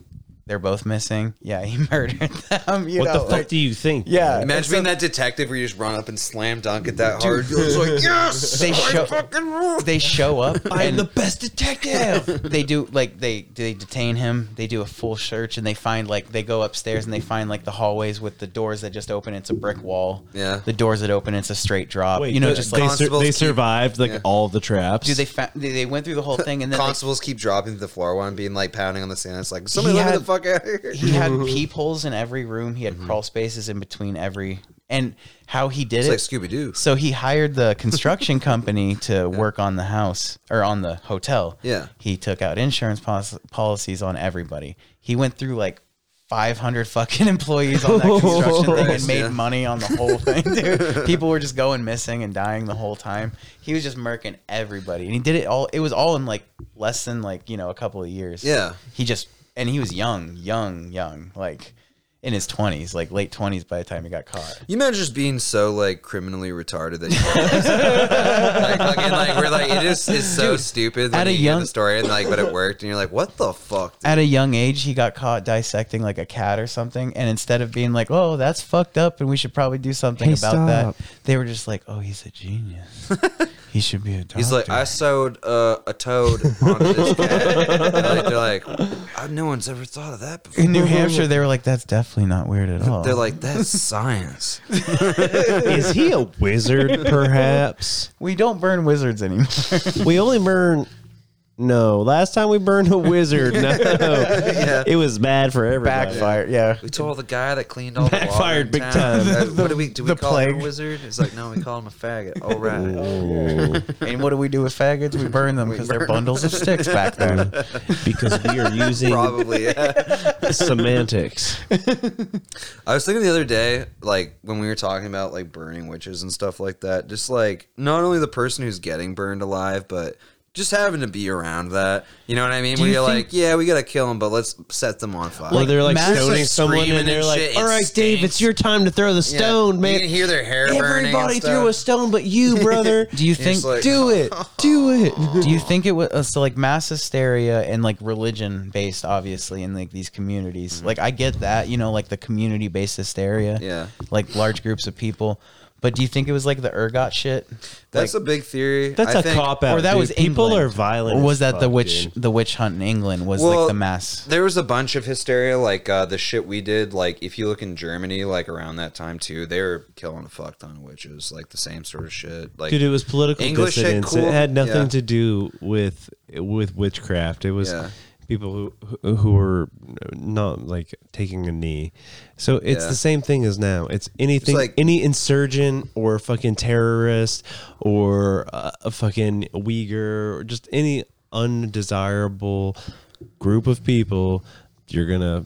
"They're both missing. Yeah, he murdered them. You
What
know,
the fuck
like-
do you think?
yeah,
Imagine
and so
being that detective where you just run up and slam dunk at that hard. You're just like, yes,
They
I
show-
fucking rule."
They show up. and-
best detective.
Damn. they do like they they detain him. They do a full search and they find like they go upstairs and they find like the hallways with the doors that just open. It's a brick wall.
Yeah.
The doors that open, it's a straight drop. you know, just
they,
like
con-
sur-
constables
they
keep-
survived like
Yeah.
all the traps.
dude, they fa- they they went through the whole thing and then like,
Constables keep dropping to the floor while I'm being like pounding on the sand. It's like somebody
He
let me
had-
the fuck out of here.
he had peepholes in every room. He had
Mm-hmm.
crawl spaces in between every and how he did
It's
it.
like Scooby Doo.
So he hired the construction company to work on the house or on the hotel.
Yeah.
He took out insurance pos- policies on everybody. He went through like 500 fucking employees on that construction thing and
Christ,
made
yeah.
money on the whole thing, dude. People were just going missing and dying the whole time. He was just murking everybody. And he did it all. It was all in like less than like, you know, a couple of years.
Yeah.
He just, and he was young, young, young, like in his 20s, like late 20s by the time he got caught.
You imagine just being so like criminally retarded that you like, fucking, like we're like it is is so stupid when
at a
you hear
young-
the story and like but it worked and you're like what the fuck dude?
at a young age he got caught dissecting like a cat or something and instead of being like oh that's fucked up and we should probably do something
Hey,
about
stop.
that they were just like oh he's a genius he should be a doctor
He's like I sewed uh, a toad onto this cat. like, they're like "Uh, no one's ever thought of that before.
in New Hampshire, they were like, "That's definitely not weird at all."
They're like that's science.
Is he a wizard? Perhaps
"We don't burn wizards anymore."
we only burn. No, last time we burned a wizard. No, it was bad for everybody.
Backfire, yeah.
We told the guy that cleaned all the water
Backfired
in
big
town,
time.
uh, what do we do? We
the
call him
plague.
a wizard. It's like no, we call him a faggot. All right.
Oh,
And what do we do with faggots? We burn them because they're bundles of sticks back then.
because we are using
Probably. yeah.
semantics.
I was thinking the other day, like when we were talking about like burning witches and stuff like that, just like not only the person who's getting burned alive, but just having to be around that. You know what I mean? Where
you
you're
think-
like, yeah, we gotta kill them, but let's set them on fire.
Or they're like
massive
stoning someone,
screaming
and they're
and
like,
shit,
"All
it
right, Dave,
stinks."
it's your time to throw the
Yeah.
stone,
You
man."
can hear their hair burning.
Everybody threw a stone, but you, brother.
Do you
It's
think?
like-
do it? Do it?
do you think it was uh, so like mass hysteria and like religion based obviously in like these communities like i get that you know like the community based hysteria
Mm-hmm. Yeah.
like large groups of people but do you think it was like the ergot shit
That's
like,
a big theory.
That's
a
a cop out.
or that was
people
England?
are violent.
or was
as
that the
fuck,
witch
dude.
the witch hunt in england was
Well,
like the mass
There was a bunch of hysteria, like uh, the shit we did. Like if you look in Germany, like around that time too, they were killing a fuck ton of witches, like the same sort of shit. Like
Dude, it was political
English shit
dissidence.
cool?
It had nothing
Yeah.
to do with with witchcraft. It was
Yeah.
people who- who who were not like taking a knee. So it's
Yeah.
the same thing as now. It's anything,
like-
any insurgent or fucking terrorist or uh, a fucking Uyghur or just any undesirable group of people. You're gonna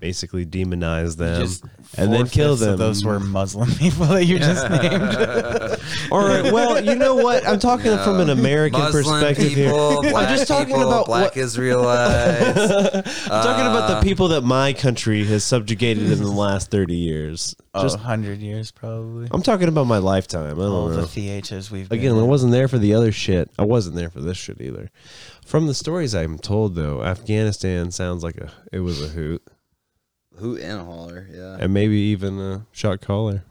basically demonize them
Just
and then kill
four-fifths
them.
of those were muslim people that you just named
All right. Well, you know what? I'm talking from an American
Muslim
perspective
people,
here.
Black
I'm just talking
people,
about
black uh,
what,
Israelites.
I'm talking about the people that my country has subjugated in the last 30 years.
just
Just,
100 years probably
I'm talking about my lifetime. I don't
all the
know.
theaters we've been
Oh. Again, I
in.
wasn't there for the other shit. I wasn't there for this shit either. From the stories I'm told, though, Afghanistan sounds like a it was a hoot,
Who in a holler? Yeah.
and maybe even a shot caller,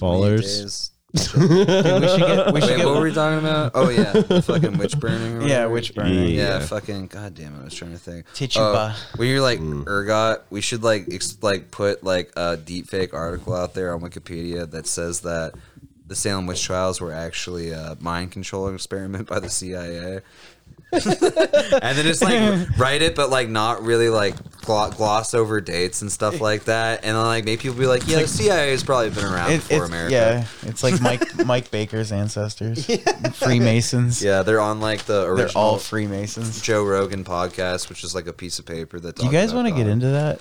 ballers.
Days.
Dude, we should get we should
Wait,
get
what were we talking about? Oh yeah, the fucking witch burning. Or
yeah
whatever.
witch burning
Yeah,
Yeah.
fucking goddamn it! I was trying to think. Oh,
Tichuba.
when you're like ergot, we should like ex- like put like a deep fake article out there on Wikipedia that says that the Salem witch trials were actually a mind control experiment by the CIA. and then just like write it, but like not really like glo- gloss over dates and stuff like that. And then like maybe people be like, yeah, the CIA has probably been around
It-
before
it's-
America.
Yeah, it's like Mike Mike Baker's ancestors, Freemasons.
Yeah, they're on like the original
they're all Freemasons.
Joe Rogan podcast, which is like a piece of paper that.
Do you guys want to get into that?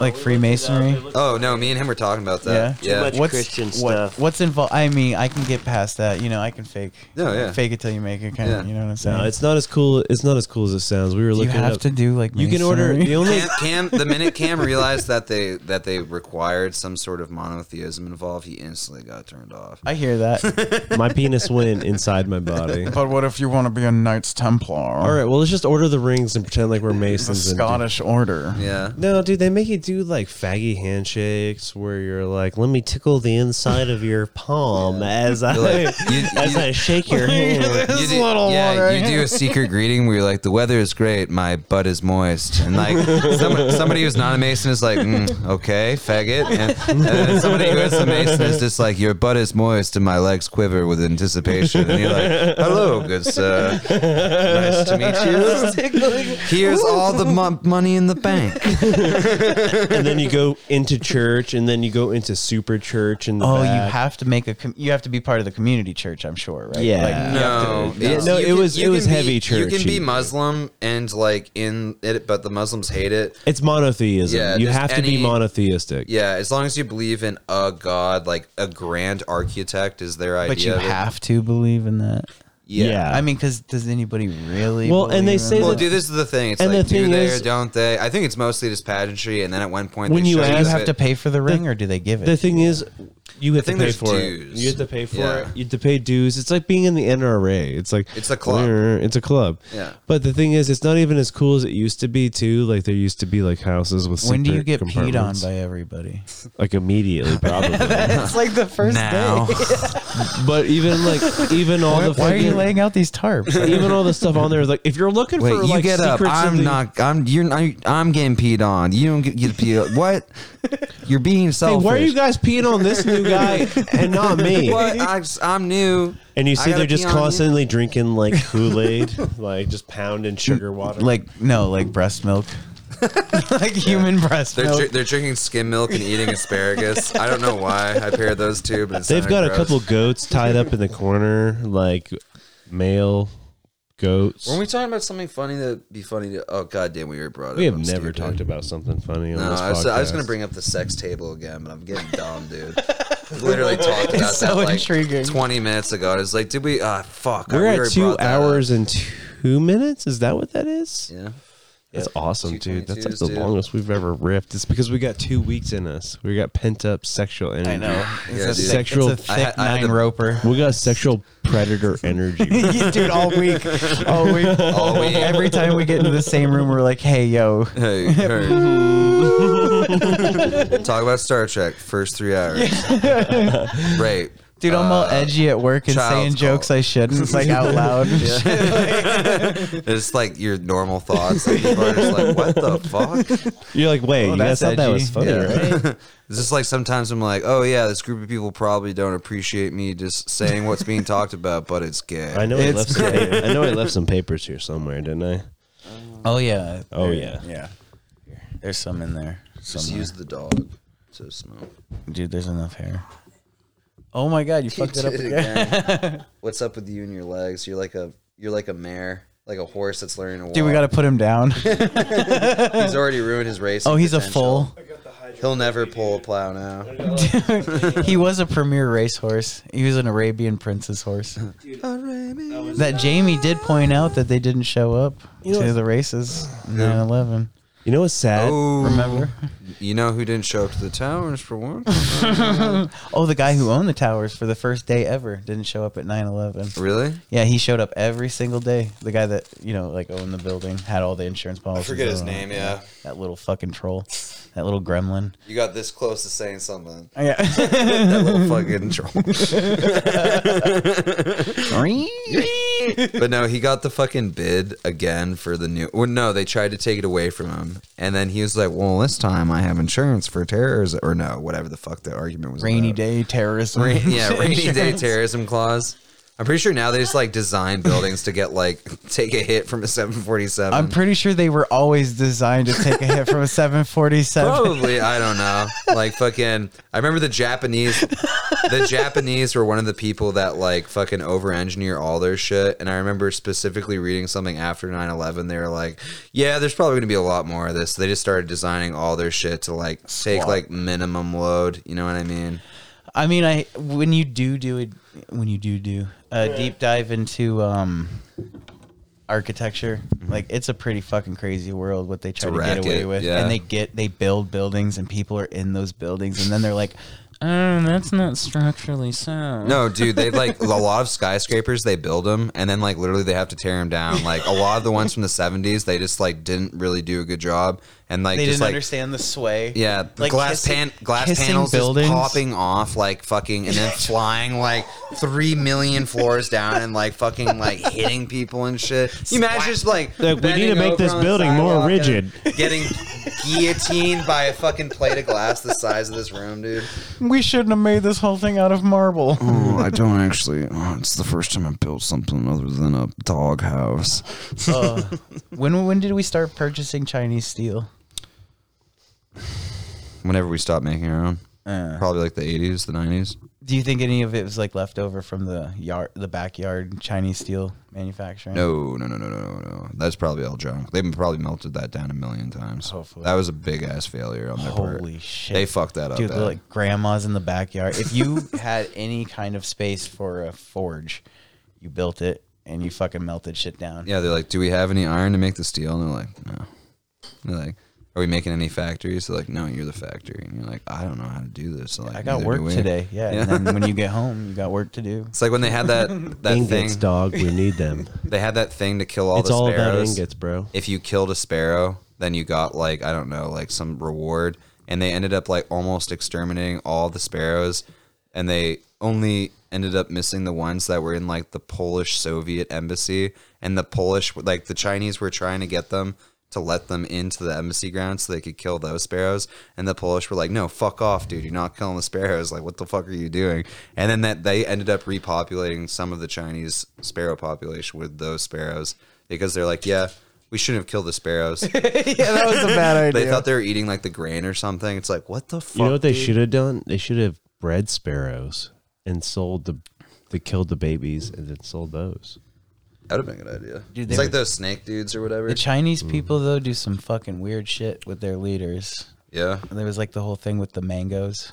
like Freemasonry?
Oh no, me and him were talking about that.
Yeah?
Yeah.
much- Christian stuff.
What's involved? I mean, I can get past that. You know, I can fake.
No, yeah.
Fake it till you make it. Kind
Yeah.
of. You know what I'm saying?
No, it's not as cool. It's not as cool as it sounds. We were
you
looking.
have
up-
to do like.
You can order
Masonry.
the only.
Cam, Cam, the minute Cam realized that they that they required some sort of monotheism involved, he instantly got turned off.
I hear that.
my penis went inside my body.
But what if you want to be a Knights Templar?
All
Or
right, well, let's just order the rings and pretend like we're
the
masons. and do-
Scottish Order?
Yeah.
No, dude, they make you do like faggy handshakes where you're like, "Let me tickle the inside of your palm as I
like, you-
as
you-
I shake your hand."
you do, yeah, you do a secret greeting where you're like, the weather is great, my butt is moist, and like some, somebody who's not a mason is like, mm, okay, faggot, and, and then somebody who is a mason is just like, your butt is moist and my legs quiver with anticipation, and you're like, hello, good sir, nice to meet you. Here's all the mo- money in the bank.
and then you go into church, and then you go into super church, and
oh, you have to make a. Com- you have to be part of the community church. I'm sure, right?
Yeah.
Like, you have to-
No,
Yeah,
it's-
no,
you
it was-
you
it was
be-
heavy
You can be
churchy.
Muslim and like in it, but the Muslims hate it.
it's monotheism.
Yeah,
you
just
have to
any-
be monotheistic.
Yeah, as long as you believe in a god, like a grand architect is their idea.
but you
of it.
have to believe in that.
yeah.
Yeah.
I mean, because does anybody really?
Well, and they
believe in
say
that?
Well,
that-
dude, this is the thing. It's
and
like,
the
do
thing
they
is-
or don't they? I think it's mostly just pageantry, and then at one point
When
they
you
show
ask-
Do you
that-
have to pay for the ring, or do they give it?
The thing is, you have to
think
pay
there's
for it.
dues.
You have to pay for
Yeah.
it. You have to pay dues. It's like being in the NRA. It's like
It's a club.
"Rrr," It's a club.
Yeah.
But the thing is, it's not even as cool as it used to be. Too like there used to be like houses with.
when do you
separate
get peed on
compartments.
by everybody?
Like immediately, probably.
It's like the first
now?
but even like even all
Why,
the
why are you
fucking-
laying out these tarps?
even all the stuff on there. Like if you're looking
Wait,
for
you
like
get up.
secrets, of
I'm
the-
not. I'm. You're. I, I'm getting peed on. You don't get, get peed. on. What? You're being
Hey,
selfish.
why are you guys peeing on this new guy and not me?
What? I, am new.
And you
I
see
gotta
they're just
pee on you?
constantly drinking like Kool Aid, like just pounding sugar water.
like no, like breast milk, like human breast
They're,
milk.
dri- they're drinking skim milk and eating asparagus. I don't know why I paired those two, but it
They've
sounded
got a
gross.
couple goats tied up in the corner, like male goats.
Were we talking about something funny that'd be funny to? Oh goddamn, we were brought up.
We have
I'm
never
stupid.
talked about something funny on
No,
this
I was, I was
podcast.
gonna bring up the sex table again, but I'm getting dumb, dude. We've Literally talked about
so
that like
intriguing.
20 minutes ago. And it's like, did we? Ah, fuck.
We're
we
at
already
two
brought that up.
hours and two minutes. Is that what that is?
Yeah.
That's awesome, dude. That's like
222s,
the
dude.
longest we've ever ripped. It's because we got two weeks in us. We got pent up sexual energy.
I know. It's,
Yeah,
a
dude.
thick,
Sexual-
it's a
I
thick
had- I had
nine
the-
roper.
We got sexual predator energy.
Dude, all week, all week,
All week.
Every time we get into the same room, we're like, "Hey, yo,
Hey, hey. Talk about Star Trek. First three hours. Rape.
dude, I'm all
Uh,
edgy at work and
child's
saying jokes
call.
I shouldn't, It's like out loud."
It's like your normal thoughts. Like, people are just like, what the fuck?
You're like, wait,
Oh,
you
that's
guys thought that
edgy.
was funny, right?
Yeah. it's just like sometimes I'm like, oh yeah, this group of people probably don't appreciate me just saying what's being talked about, but it's gay.
I know I
It's
left. Some, I know I left some papers here somewhere, didn't I?
Oh yeah.
Oh, yeah.
Yeah. There's some in there.
Just
Somewhere.
use the dog to smoke.
Dude, there's enough hair. Oh my god, you fucked it up
Did it
again.
again. what's up with you and your legs? You're like a you're like a mare, like a horse that's learning to walk.
Dude, we gotta put him down.
He's already ruined his race.
Oh, he's a full.
He'll never pull a plow now.
He was a premier racehorse. He was an Arabian princess horse. That Jamie did point out that they didn't show up
know
to
what's-
the races. 9-11.
You know what's sad?
Oh,
Remember?
You know who didn't show up to the towers for one?
Oh, the guy who owned the towers for the first day ever didn't show up at 9-11.
really?
Yeah, he showed up every single day. The guy that, you know, like owned the building, had all the insurance policies. and all that.
Yeah,
That little fucking troll. That little gremlin.
you got this close to saying something.
Yeah.
That little fucking troll. But no, he got the fucking bid again for the new. Well, no, they tried to take it away from him, and then he was like, "Well, this time I have insurance for terrorism, or no, whatever the fuck the argument was."
Rainy
about.
day terrorism.
Rain- yeah, rainy day
Insurance.
terrorism clause. I'm pretty sure now they just like design buildings to get like take a hit from a 747.
I'm pretty sure they were always designed to take a hit from a 747.
Probably, I don't know. Like fucking, I remember the Japanese. The Japanese were one of the people that like fucking over-engineer all their shit. And I remember specifically reading something after 9-11. They were like, "Yeah, there's probably going to be a lot more of this." So they just started designing all their shit to like take like minimum load. You know what I mean?
I mean, I when you do do it, when you do do a deep dive into um, architecture, like it's a pretty fucking crazy world what they try to
Mm-hmm. a
get away
racket,
with,
yeah.
and they get they build buildings and people are in those buildings, and then they're like, oh, that's not structurally sound.
No, dude, they like a lot of skyscrapers. They build them, and then like literally they have to tear them down. Like a lot of the ones from the '70s, they just like didn't really do a good job, and like
they
just
didn't
like
understand the sway.
Yeah, the
Like
glass
kissing-
pan glass
kissing
panels
buildings.
just popping off like fucking and then flying like three million floors down and like fucking like hitting people and shit. You imagine just like
Like, we need
bending
to make
over
this
on the
building more
sidewalk and
rigid.
Getting guillotined by a fucking plate of glass the size of this room, dude.
We shouldn't have made this whole thing out of marble.
I don't actually. Oh, it's the first time I built something other than a dog house.
Uh, when when did we start purchasing Chinese steel?
Whenever we stopped making our own, probably like the '80s, the '90s.
Do you think any of it was like left over from the yard, the backyard Chinese steel manufacturing?
No, no, no, no, no, no, no. That's probably all junk. They've probably melted that down a million times.
Hopefully.
that was a big ass failure on their part.
Holy shit!
They fucked that up.
Dude,
bad.
they're like grandmas in the backyard. If you had any kind of space for a forge, you built it and you fucking melted shit down.
yeah, they're like, do we have any iron to make the steel? And they're like, no. And they're like, are we making any factories? They're like, no, you're the factory. And you're like, I don't know how to do this. They're like,
I got
"Neither do
work
we."
today. Yeah, and then when you get home, you got work to do.
It's like when they had that that
Ingots,
thing.
dog. We need them.
They had that thing to kill all
it's
the
all about
sparrows.
ingots, bro.
if you killed a sparrow, then you got like I don't know, like some reward. And they ended up like almost exterminating all the sparrows, and they only ended up missing the ones that were in like the Polish Soviet embassy. And the Polish, like the Chinese, were trying to get them to let them into the embassy grounds so they could kill those sparrows. And the Polish were like, "No, fuck off, dude! You're not killing the sparrows. Like, what the fuck are you doing?" And then that they ended up repopulating some of the Chinese sparrow population with those sparrows because they're like, "Yeah." we shouldn't have killed the sparrows.
Yeah, that was a bad
they thought they were eating like the grain or something. It's like, what the fuck?
You know what they
dude?
should have done? They should have bred sparrows and sold the, they killed the babies and then sold those.
That would have been a good idea.
Dude, they
it's like
were-
those snake dudes or whatever.
The Chinese
Mm.
people though do some fucking weird shit with their leaders.
yeah.
There was like the whole thing with the mangoes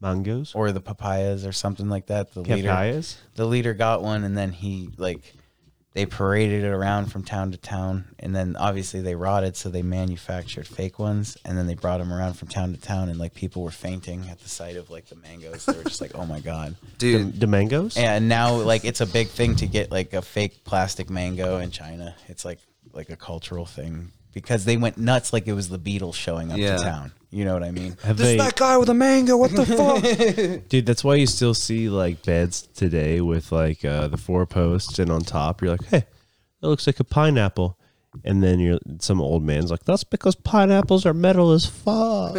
Mangoes,
or the papayas or something like that. The leader,
papayas.
the leader got one, and then he like they paraded it around from town to town, and then obviously they rotted, so they manufactured fake ones, and then they brought them around from town to town, and like people were fainting at the sight of like the mangoes. They were just like, "Oh my god!"
Dude,
The mangoes.
And now like it's a big thing to get like a fake plastic mango in China. It's like like a cultural thing because they went nuts, like it was the Beatles showing up
Yeah.
to town. You know what I mean?
Have they,
guy with a mango. What the fuck?
dude? That's why you still see like beds today with like uh, the four posts, and on top you're like, hey, that looks like a pineapple, and then you're some old man's like, that's because pineapples are metal as fuck.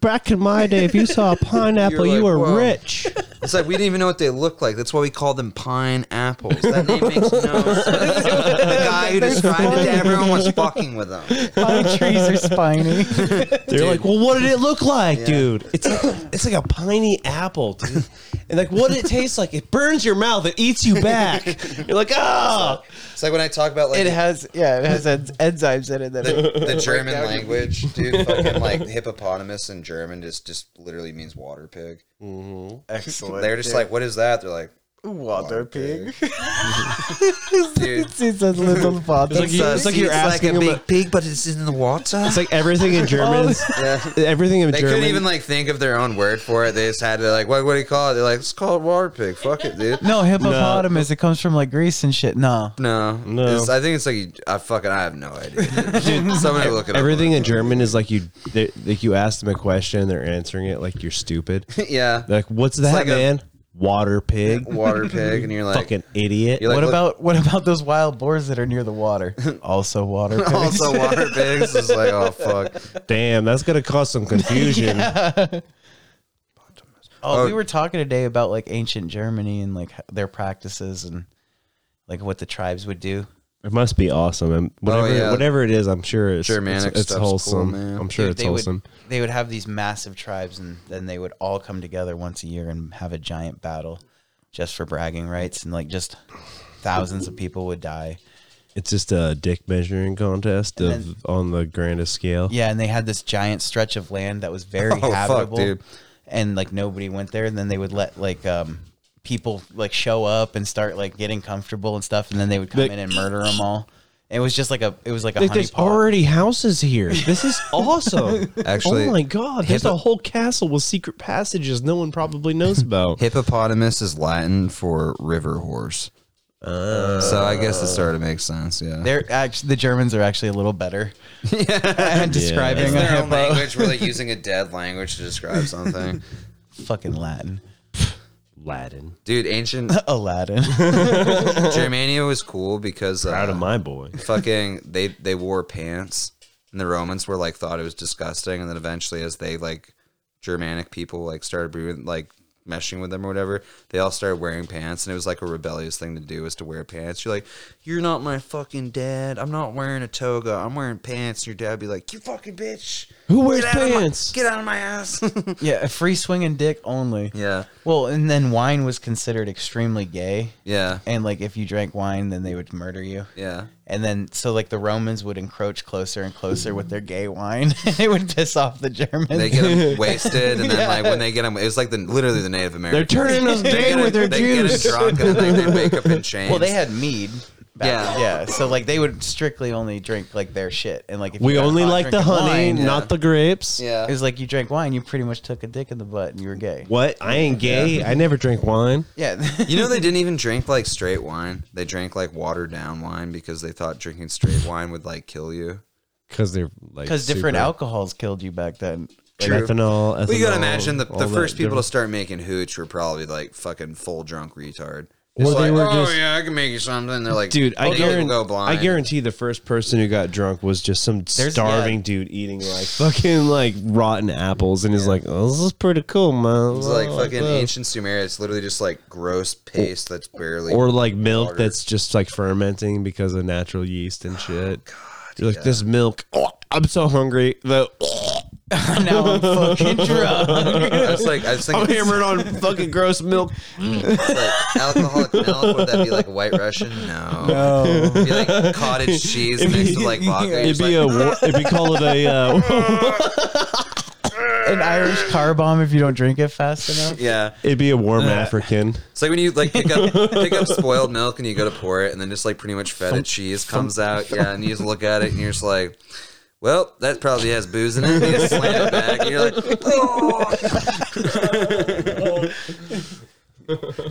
Back in my day, if you saw a pineapple,
You're like,
you were
"Whoa."
rich.
It's like we didn't even know what they look like. That's why we call them pine apples. That name makes no sense. the guy who described it to everyone was fucking with them.
Pine trees are spiny.
They're like, well, what did it look like, dude? It's like, it's like a piney apple, dude. And like, what did it taste like? It burns your mouth. It eats you back. You're like, ah.
It's like when I talk about like
It has yeah, it has en- enzymes in it that are
the German language, dude. Fucking like hippopotamus in German just just literally means water pig.
excellent.
They're just like, what is that? They're like,
water pig.
dude.
It's a little water.
like you- it's like you're asking him a-
pig, but it's in the water.
It's like everything in German.
Yeah.
Everything in
They
German.
couldn't even like think of their own word for it. They just had to like, what, what do you call it? They're like, it's called water pig. Fuck it, dude.
no, hippopotamus. It comes from like Greece and shit. No,
No,
No.
It's- I think it's like you- I fucking I have no idea. Dude. Someone look it up.
everything in German is like you, they, like you ask them a question, they're answering it like you're stupid.
yeah,
They're like, what's that,
like a-
man? Water pig.
water pig, and you're like,
Fucking idiot.
You're like,
what
look-
about what about those wild boars that are near the water? also water pigs.
also water pigs is like, oh fuck.
Damn, that's gonna cause some confusion.
Oh, we were talking today about like ancient Germany and like h- their practices and like what the tribes would do.
It must be awesome. And whatever,
Oh, yeah.
whatever it is, I'm sure it's
Germanic
it's, it's
stuff's cool,
wholesome.
man.
I'm sure
Dude,
it's
they would-
wholesome.
they would have these massive tribes, and then they would all come together once a year and have a giant battle, just for bragging rights, and like just thousands of people would die.
It's just a dick measuring contest
And
of
then-
on the grandest scale.
Yeah, and they had this giant stretch of land that was very
Oh, fuck,
habitable,
dude.
and like nobody went there. And then they would let like um people like show up and start like getting comfortable and stuff, and then they would come
Like-
in and murder them all. It was just like a it was like a
Like,
honey
there's
pot.
already houses here. This is awesome.
Actually,
oh my god, there's
hippo-
a whole castle with secret passages no one probably knows about.
Hippopotamus is Latin for river horse.
Uh.
so I guess it sort of makes sense. Yeah.
They're actually the Germans are actually a little better at describing
It's
a
their own
hippo.
language. We're like using a dead language to describe something.
Fucking Latin,
Latin.
Dude, ancient
Aladdin.
Germania was cool because uh,
Proud of my boy.
fucking they they wore pants, and the Romans were like thought it was disgusting, and then eventually as they like Germanic people like started brewing like meshing with them or whatever, they all started wearing pants, and it was like a rebellious thing to do is to wear pants. You're like, you're not my fucking dad. I'm not wearing a toga. I'm wearing pants. And your dad would be like, you fucking bitch.
Who wears
Get out of my-
pants?
get out of my ass.
yeah, a free swinging dick only.
yeah,
Well, and then wine was considered extremely gay,
yeah,
and like if you drank wine, then they would murder you.
yeah.
And then, so like the Romans would encroach closer and closer with their gay wine. it would piss off the Germans.
They get them wasted, and then
Yeah.
like when they get them, it was like the literally the Native
They're
Americans.
turning us
They
gay
get a-
with their
they get a
juice.
drunk and then they wake up in chains.
well, they had mead. Back,
Yeah.
yeah. So like they would strictly only drink like their shit, and like if
We
you got
only
caught
like the
drinking
honey,
wine,
yeah.
not the grapes.
yeah.
It was like you drank wine, you pretty much took a dick in the butt, and you were gay.
What? I ain't gay. I never drink wine.
Yeah.
you know, they didn't even drink like straight wine. They drank like watered down wine because they thought drinking straight wine would like kill you.
Because they're like
because different
super-
alcohol alcohols killed you back then.
True.
Ethanol, ethanol.
Well, you gotta imagine the,
all
the
that
first people to
different-
start making hooch were probably like fucking full drunk retard.
Or
It's
they
like,
were
oh
just-
yeah, I can make you something. They're like,
Dude, I,
"Oh, people
guarantee,
go blind.
I guarantee the first person who got drunk was just some starving
yeah.
dude eating like fucking like rotten apples, and he's like, "Oh, this is pretty cool, man."
It's like fucking ancient Sumeria. It's literally just like gross paste that's barely
or like milk
water. Oh,
that's just like fermenting because of natural yeast and shit. You're like this milk. oh, I'm so hungry. The
now I'm fucking drunk.
I was like, I was thinking,
I'm hammered on fucking gross milk.
It's like alcoholic milk. Would that be like White Russian? No. It'd be like cottage cheese
It'd be-
mixed with like vodka.
It'd
It's
be a
like,
war- if you call it a uh,
An Irish car bomb if you don't drink it fast enough.
yeah.
it'd be a warm African.
It's like when you like pick up pick up spoiled milk and you go to pour it, and then just like pretty much feta cheese comes out. Yeah, and you just look at it and you're just like. Well, that probably has booze in it. And you just slam it back, and you're like, "Oh."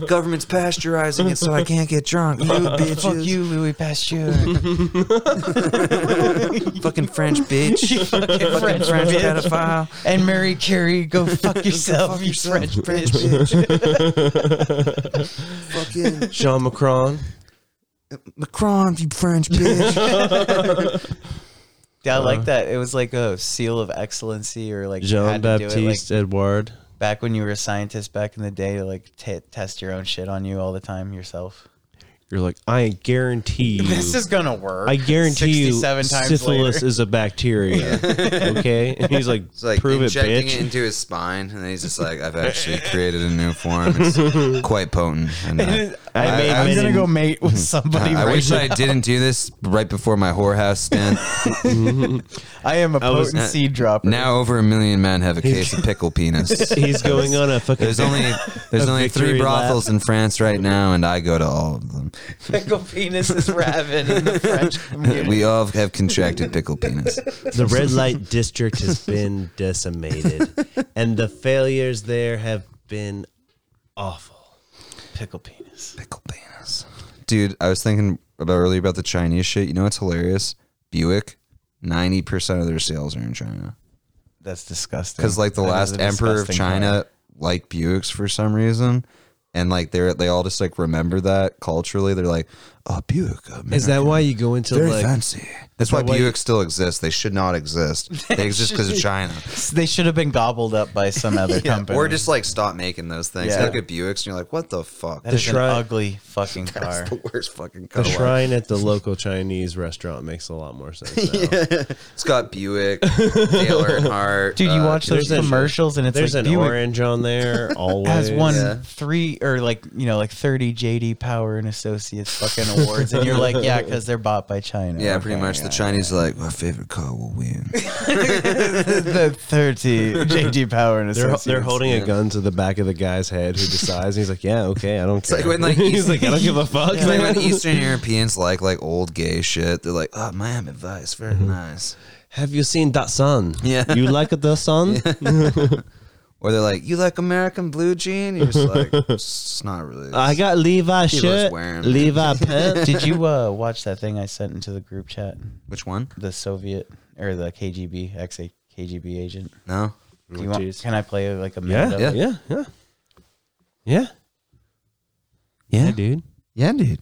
"Government's pasteurizing it, so I can't get drunk." You bitches,
Fuck you, Louis Pasteur.
fucking French bitch,
Fucking French,
French
bitch.
pedophile.
And Mary Carey, go fuck yourself, you French bitch.
fucking
Jean Macron.
Macron, you French bitch.
Yeah, I like that. It was like a seal of excellency or like you
Jean
had to do it, like,
Baptiste Edouard.
back when you were a scientist back in the day to like t- test your own shit on you all the time yourself.
You're like, I guarantee you.
This is gonna work.
I guarantee you,
Sixty-seven times
syphilis
later.
is a bacteria. okay, and he's like,
It's like
prove it,
injecting
bitch.
it into his spine, and then he's just like, "I've actually created a new form. It's quite potent." And uh,
I
I-
made
I'm
men
gonna
in-
mate with somebody.
I wish I didn't do this right before my whorehouse stint.
I am a
was-
potent seed dropper.
now over a million men have a case of pickle penis.
He's going on a fucking.
There's only there's
A
only three
victory lap.
brothels in France right now, and I go to all of them.
pickle penis is ravaged in the French community.
We all have contracted pickle penis.
the red light district has been decimated, and the failures there have been awful.
pickle penis.
Pickle penis. Dude, I was thinking about earlier about the Chinese shit. You know what's hilarious? Buick, ninety percent of their sales are in China.
That's disgusting.
Because like the
That is
last
a
emperor of
disgusting
China
product.
liked Buicks for some reason. And like they're they all just like remember that culturally. They're like, a Buick. American.
Is that why you go into
Very
like
fancy. That's why
that why you-
Buick still exists. They should not exist. They exist because of China.
They should have been gobbled up by some other company.
Or just like stop making those things.
Yeah.
You look at Buicks and you're like, what the fuck?
That is
shrine-
an ugly fucking car.
That's the worst fucking
the
car.
shrine at the local Chinese restaurant makes a lot more sense? Now.
It's got Buick, Dale Earnhardt.
Dude, you
uh,
watch those
there's an-
commercials and it's
There's
like
an
Buick
orange on there always.
has won
Yeah.
three or like you know like thirty JD Power and Associates fucking awards, and you're like, yeah, because they're bought by China.
Yeah,
Okay,
pretty much. The
yeah.
Chinese are like, my favorite car will win.
the thirty JD Power and
They're,
Associates.
they're holding a gun to the back of the guy's head who decides. And he's like, "Yeah, okay, I don't care."
like when, like,
he's like, "I don't give a fuck."
It's like when Eastern Europeans like like old gay shit. They're like, oh, Miami Vice, very nice.
Have you seen that sun?
Yeah.
you like the sun?
Or they're like, you like American blue jean? You're just like, it's not really.
Uh,
I got Levi
He loves
shirt,
wearing it.
Levi pants.
Did you uh, watch that thing I sent into the group chat?
Which one?
The Soviet or the KGB ex KGB agent.
No.
Do you want,
jeez.
can I play like a minute
Yeah,
of
yeah,
it?
yeah, yeah, yeah,
Yeah,
dude.
Yeah, dude.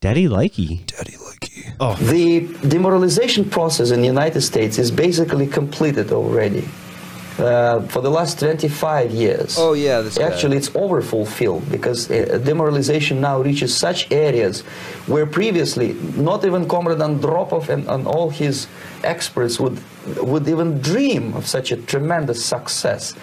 Daddy likey.
Daddy lucky.
The demoralization process in the United States is basically completed already. Uh, for the last 25 years.
Oh, yeah, this guy.
Actually, it's overfulfilled because uh, demoralization now reaches such areas where previously not even Comrade Andropov and, and all his experts would would even dream of such a tremendous success.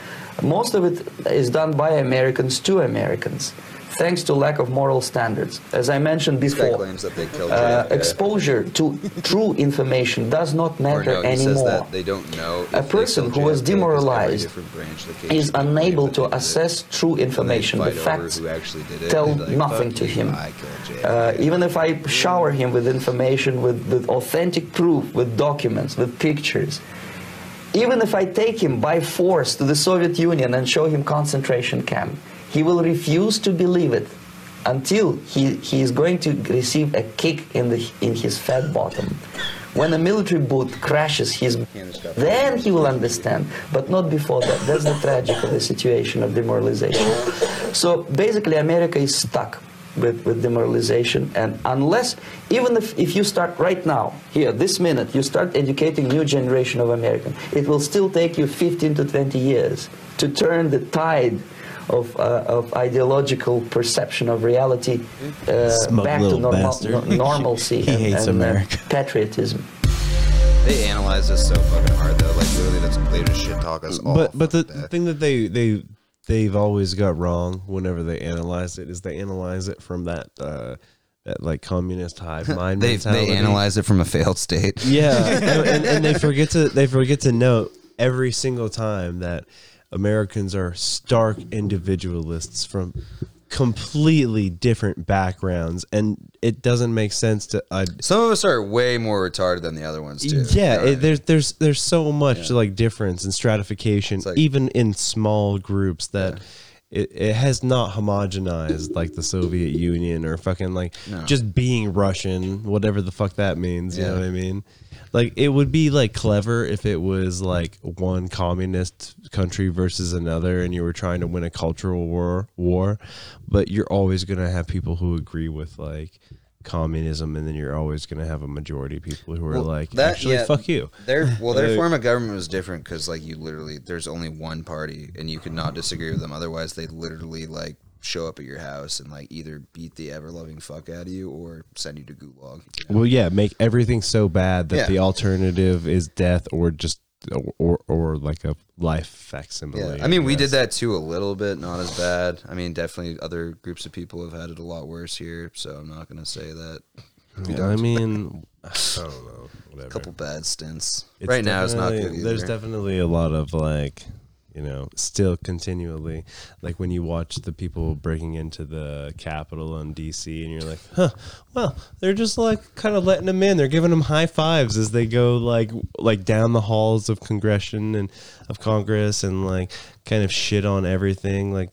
Most of it is done by Americans to Americans, thanks to lack of moral standards. As I mentioned
This guy
before,
claims that they killed
uh,
JFK.
exposure to true information does not
Or
matter
no, he says
anymore.
that they don't know. if
A
they
person
killed
who
JFK 'cause
was
every
demoralized
different branch of the
is
KGB claims
unable
that
to
they did it.
assess true
When they
information. The
fight over
facts
who actually did it,
tell
they're like,
nothing
"Fuck
to
you,
him.
I killed
Uh,
JFK."
even if I shower him with information, with, with authentic proof, with documents, with pictures, even if I take him by force to the Soviet Union and show him concentration camp, he will refuse to believe it until he, he is going to receive a kick in, the, in his fat bottom. When a military boot crashes his, then he will understand, but not before that. That's the tragic of the situation of demoralization. So basically, America is stuck with, with demoralization. And unless, even if, if you start right now, here, this minute, you start educating new generation of Americans, it will still take you 15 to 20 years to turn the tide of, uh, of ideological perception of reality uh,
Smug
back to
little
normal,
bastard.
no- normalcy
He
and,
hates
and, uh,
America.
patriotism.
They analyze this so fucking hard though. Like literally, that's they just shit talk us all.
but but the
fucking day.
thing that they they they've always got wrong whenever they analyze it is they analyze it from that uh that like communist hive mind
they
mentality.
they analyze it from a failed state.
yeah and, and, and they forget to they forget to note every single time that americans are stark individualists from completely different backgrounds and it doesn't make sense to uh,
Some of us are way more retarded than the other ones too.
yeah, it, there's there's there's so much like difference and stratification,
like-
even in small groups that. It, it has not homogenized like the Soviet Union or fucking like just being Russian, whatever the fuck that means. You know
Yeah.
what I mean? Like it would be like clever if it was like one communist country versus another, and you were trying to win a cultural war. War, but you're always gonna have people who agree with like communism, and then you're always gonna have a majority of people who are
Well,
like
that-
actually
yeah,
fuck you.
Their well, their
Like-
form of government was different because like you literally there's only one party and you could not disagree with them. Otherwise, they literally like show up at your house and like either beat the ever loving fuck out of you or send you to gulag.
Well, yeah, make everything so bad that
Yeah.
the alternative is death or just or or like a life facsimile.
Yeah, I mean, we did that too a little bit, not as bad. I mean, definitely other groups of people have had it a lot worse here, so I'm not gonna say that.
Yeah, I mean, I don't know. Whatever.
A couple bad stints.
It's
right now, it's not
definitely-
good. Either.
There's definitely a lot of like, you know, still continually like when you watch the people breaking into the Capitol in D.C. and you're like, huh, well, they're just like kind of letting them in. They're giving them high fives as they go like like down the halls of Congression and of Congress and like kind of shit on everything. Like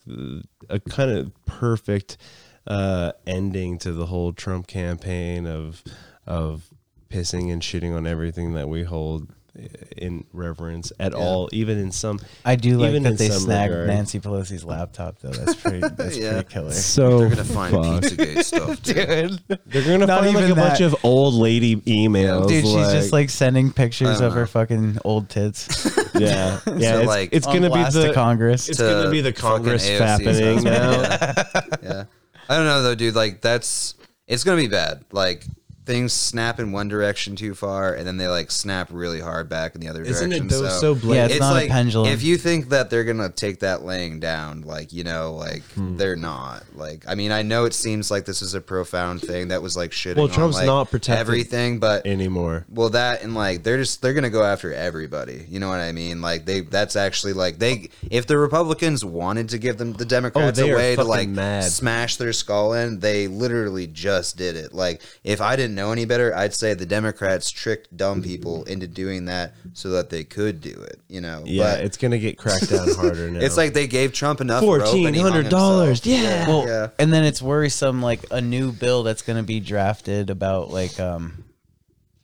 a kind of perfect uh, ending to the whole Trump campaign of of pissing and shitting on everything that we hold
in reverence at all, even in some.
I do like
even
that
in
they
some
snagged
regard.
Nancy Pelosi's laptop though. That's pretty. That's
Yeah.
pretty killer.
So
They're gonna find Pizzagate stuff, dude.
They're gonna
Not
find like
even
a bunch
that.
of old lady emails.
Dude, she's just like sending pictures
don't
of her
know.
fucking old tits.
yeah, yeah. it's,
like,
it's
on
gonna be
blast to
the
Congress.
It's
to
gonna be the
fucking
Congress
AOC
happening
assessment.
now.
yeah. I don't know though, dude. Like that's it's gonna be bad. Like things snap in one direction too far, and then they like snap really hard back in the other
Isn't
direction.
it though so blatant?
Yeah, it's not a
like,
pendulum.
If you think that they're gonna take that laying down, like you know, like they're not. Like I mean, I know it seems like this is a profound thing that was like shitting.
Well,
on,
Trump's
like,
not protecting
everything, but
anymore.
well, that and like they're just they're gonna go after everybody. You know what I mean? Like they that's actually like they if the Republicans wanted to give them the Democrats
Oh, they
a
are
way to
fucking
like
mad.
smash their skull in, they literally just did it. Like if I didn't know any better, I'd say the Democrats tricked dumb people into doing that so that they could do it. You know?
Yeah,
But
it's gonna get cracked down harder now.
it's like they gave Trump enough rope and he hung
$1,400,
himself.
yeah.
Well,
Yeah.
and then it's worrisome. Like a new bill that's going to be drafted about like um,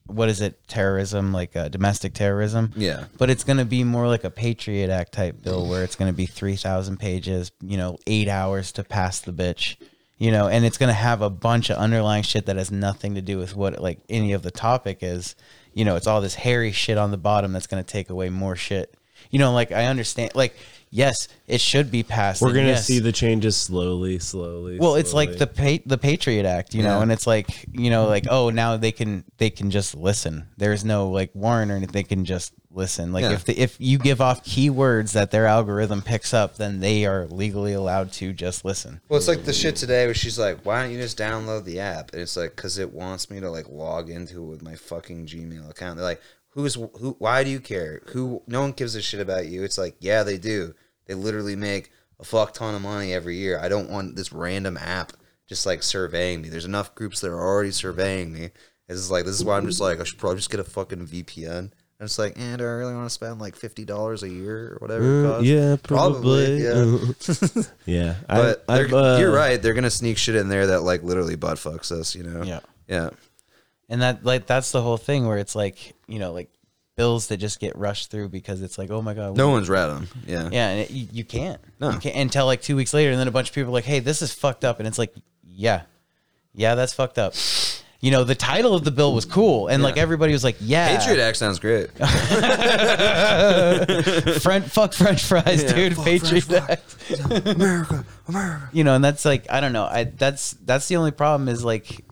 what is it? Terrorism, like uh, domestic terrorism.
Yeah.
But it's going to be more like a Patriot Act type bill where it's going to be three thousand pages. You know, eight hours to pass the bitch. You know, and it's going to have a bunch of underlying shit that has nothing to do with what like any of the topic is. You know, it's all this hairy shit on the bottom that's going to take away more shit. You know, like I understand, like. Yes, it should be passed.
we're
and
gonna
yes,
see the changes slowly, slowly.
well it's like
slowly.
the pa- the patriot act you know
Yeah.
and it's like you know like oh now they can they can just listen there's no like warrant or anything they can just listen like
Yeah.
if the, if you give off keywords that their algorithm picks up then they are legally allowed to just listen
Well, it's like the shit today where she's like, "Why don't you just download the app?" And it's like, "Cause it wants me to like log into it with my fucking Gmail account." They're like, "Who's who? Why do you care? Who? No one gives a shit about you." It's like, yeah, they do. They literally make a fuck ton of money every year. I don't want this random app just like surveying me. There's enough groups that are already surveying me. It's just like this is why I'm just like I should probably just get a fucking VPN. And it's like, and do I really want to spend like fifty dollars a year or whatever? it
Uh,
costs?
yeah, probably.
yeah.
yeah. yeah. I-
But
I've,
they're-
uh,
you're right. They're gonna sneak shit in there that like literally butt fucks us. You know.
Yeah.
Yeah.
and that like that's the whole thing where it's like you know like bills that just get rushed through because it's like oh my god
No one's read them. Yeah.
yeah and it, you, you can't
No.
you can't until like two weeks later and then a bunch of people are like hey this is fucked up and it's like yeah yeah that's fucked up you know the title of the bill was cool and like everybody was like yeah
Patriot Act sounds great.
French, fuck French fries, dude. Patriot Act.
America, America.
You know, and that's like I don't know. I that's that's the only problem is like,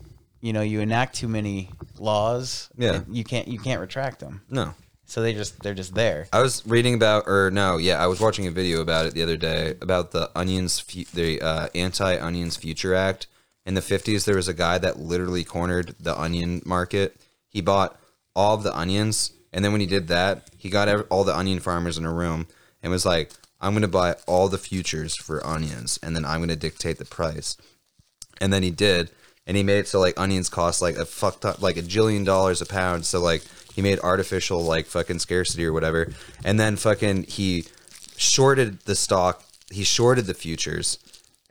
you know, you enact too many laws.
Yeah.
and you can't you can't retract them.
No.
So they just they're just there.
I was reading about, or no, yeah, I was watching a video about it the other day about the Onions, fu- the uh, anti Onions Future Act. In the 50s, there was a guy that literally cornered the onion market. He bought all of the onions, and then when he did that, he got ev- all the onion farmers in a room and was like, I'm going to buy all the futures for onions, and then I'm going to dictate the price and then he did and he made it so like onions cost like a fuck ton, like a jillion dollars a pound so like he made artificial like fucking scarcity or whatever and then fucking he shorted the stock he shorted the futures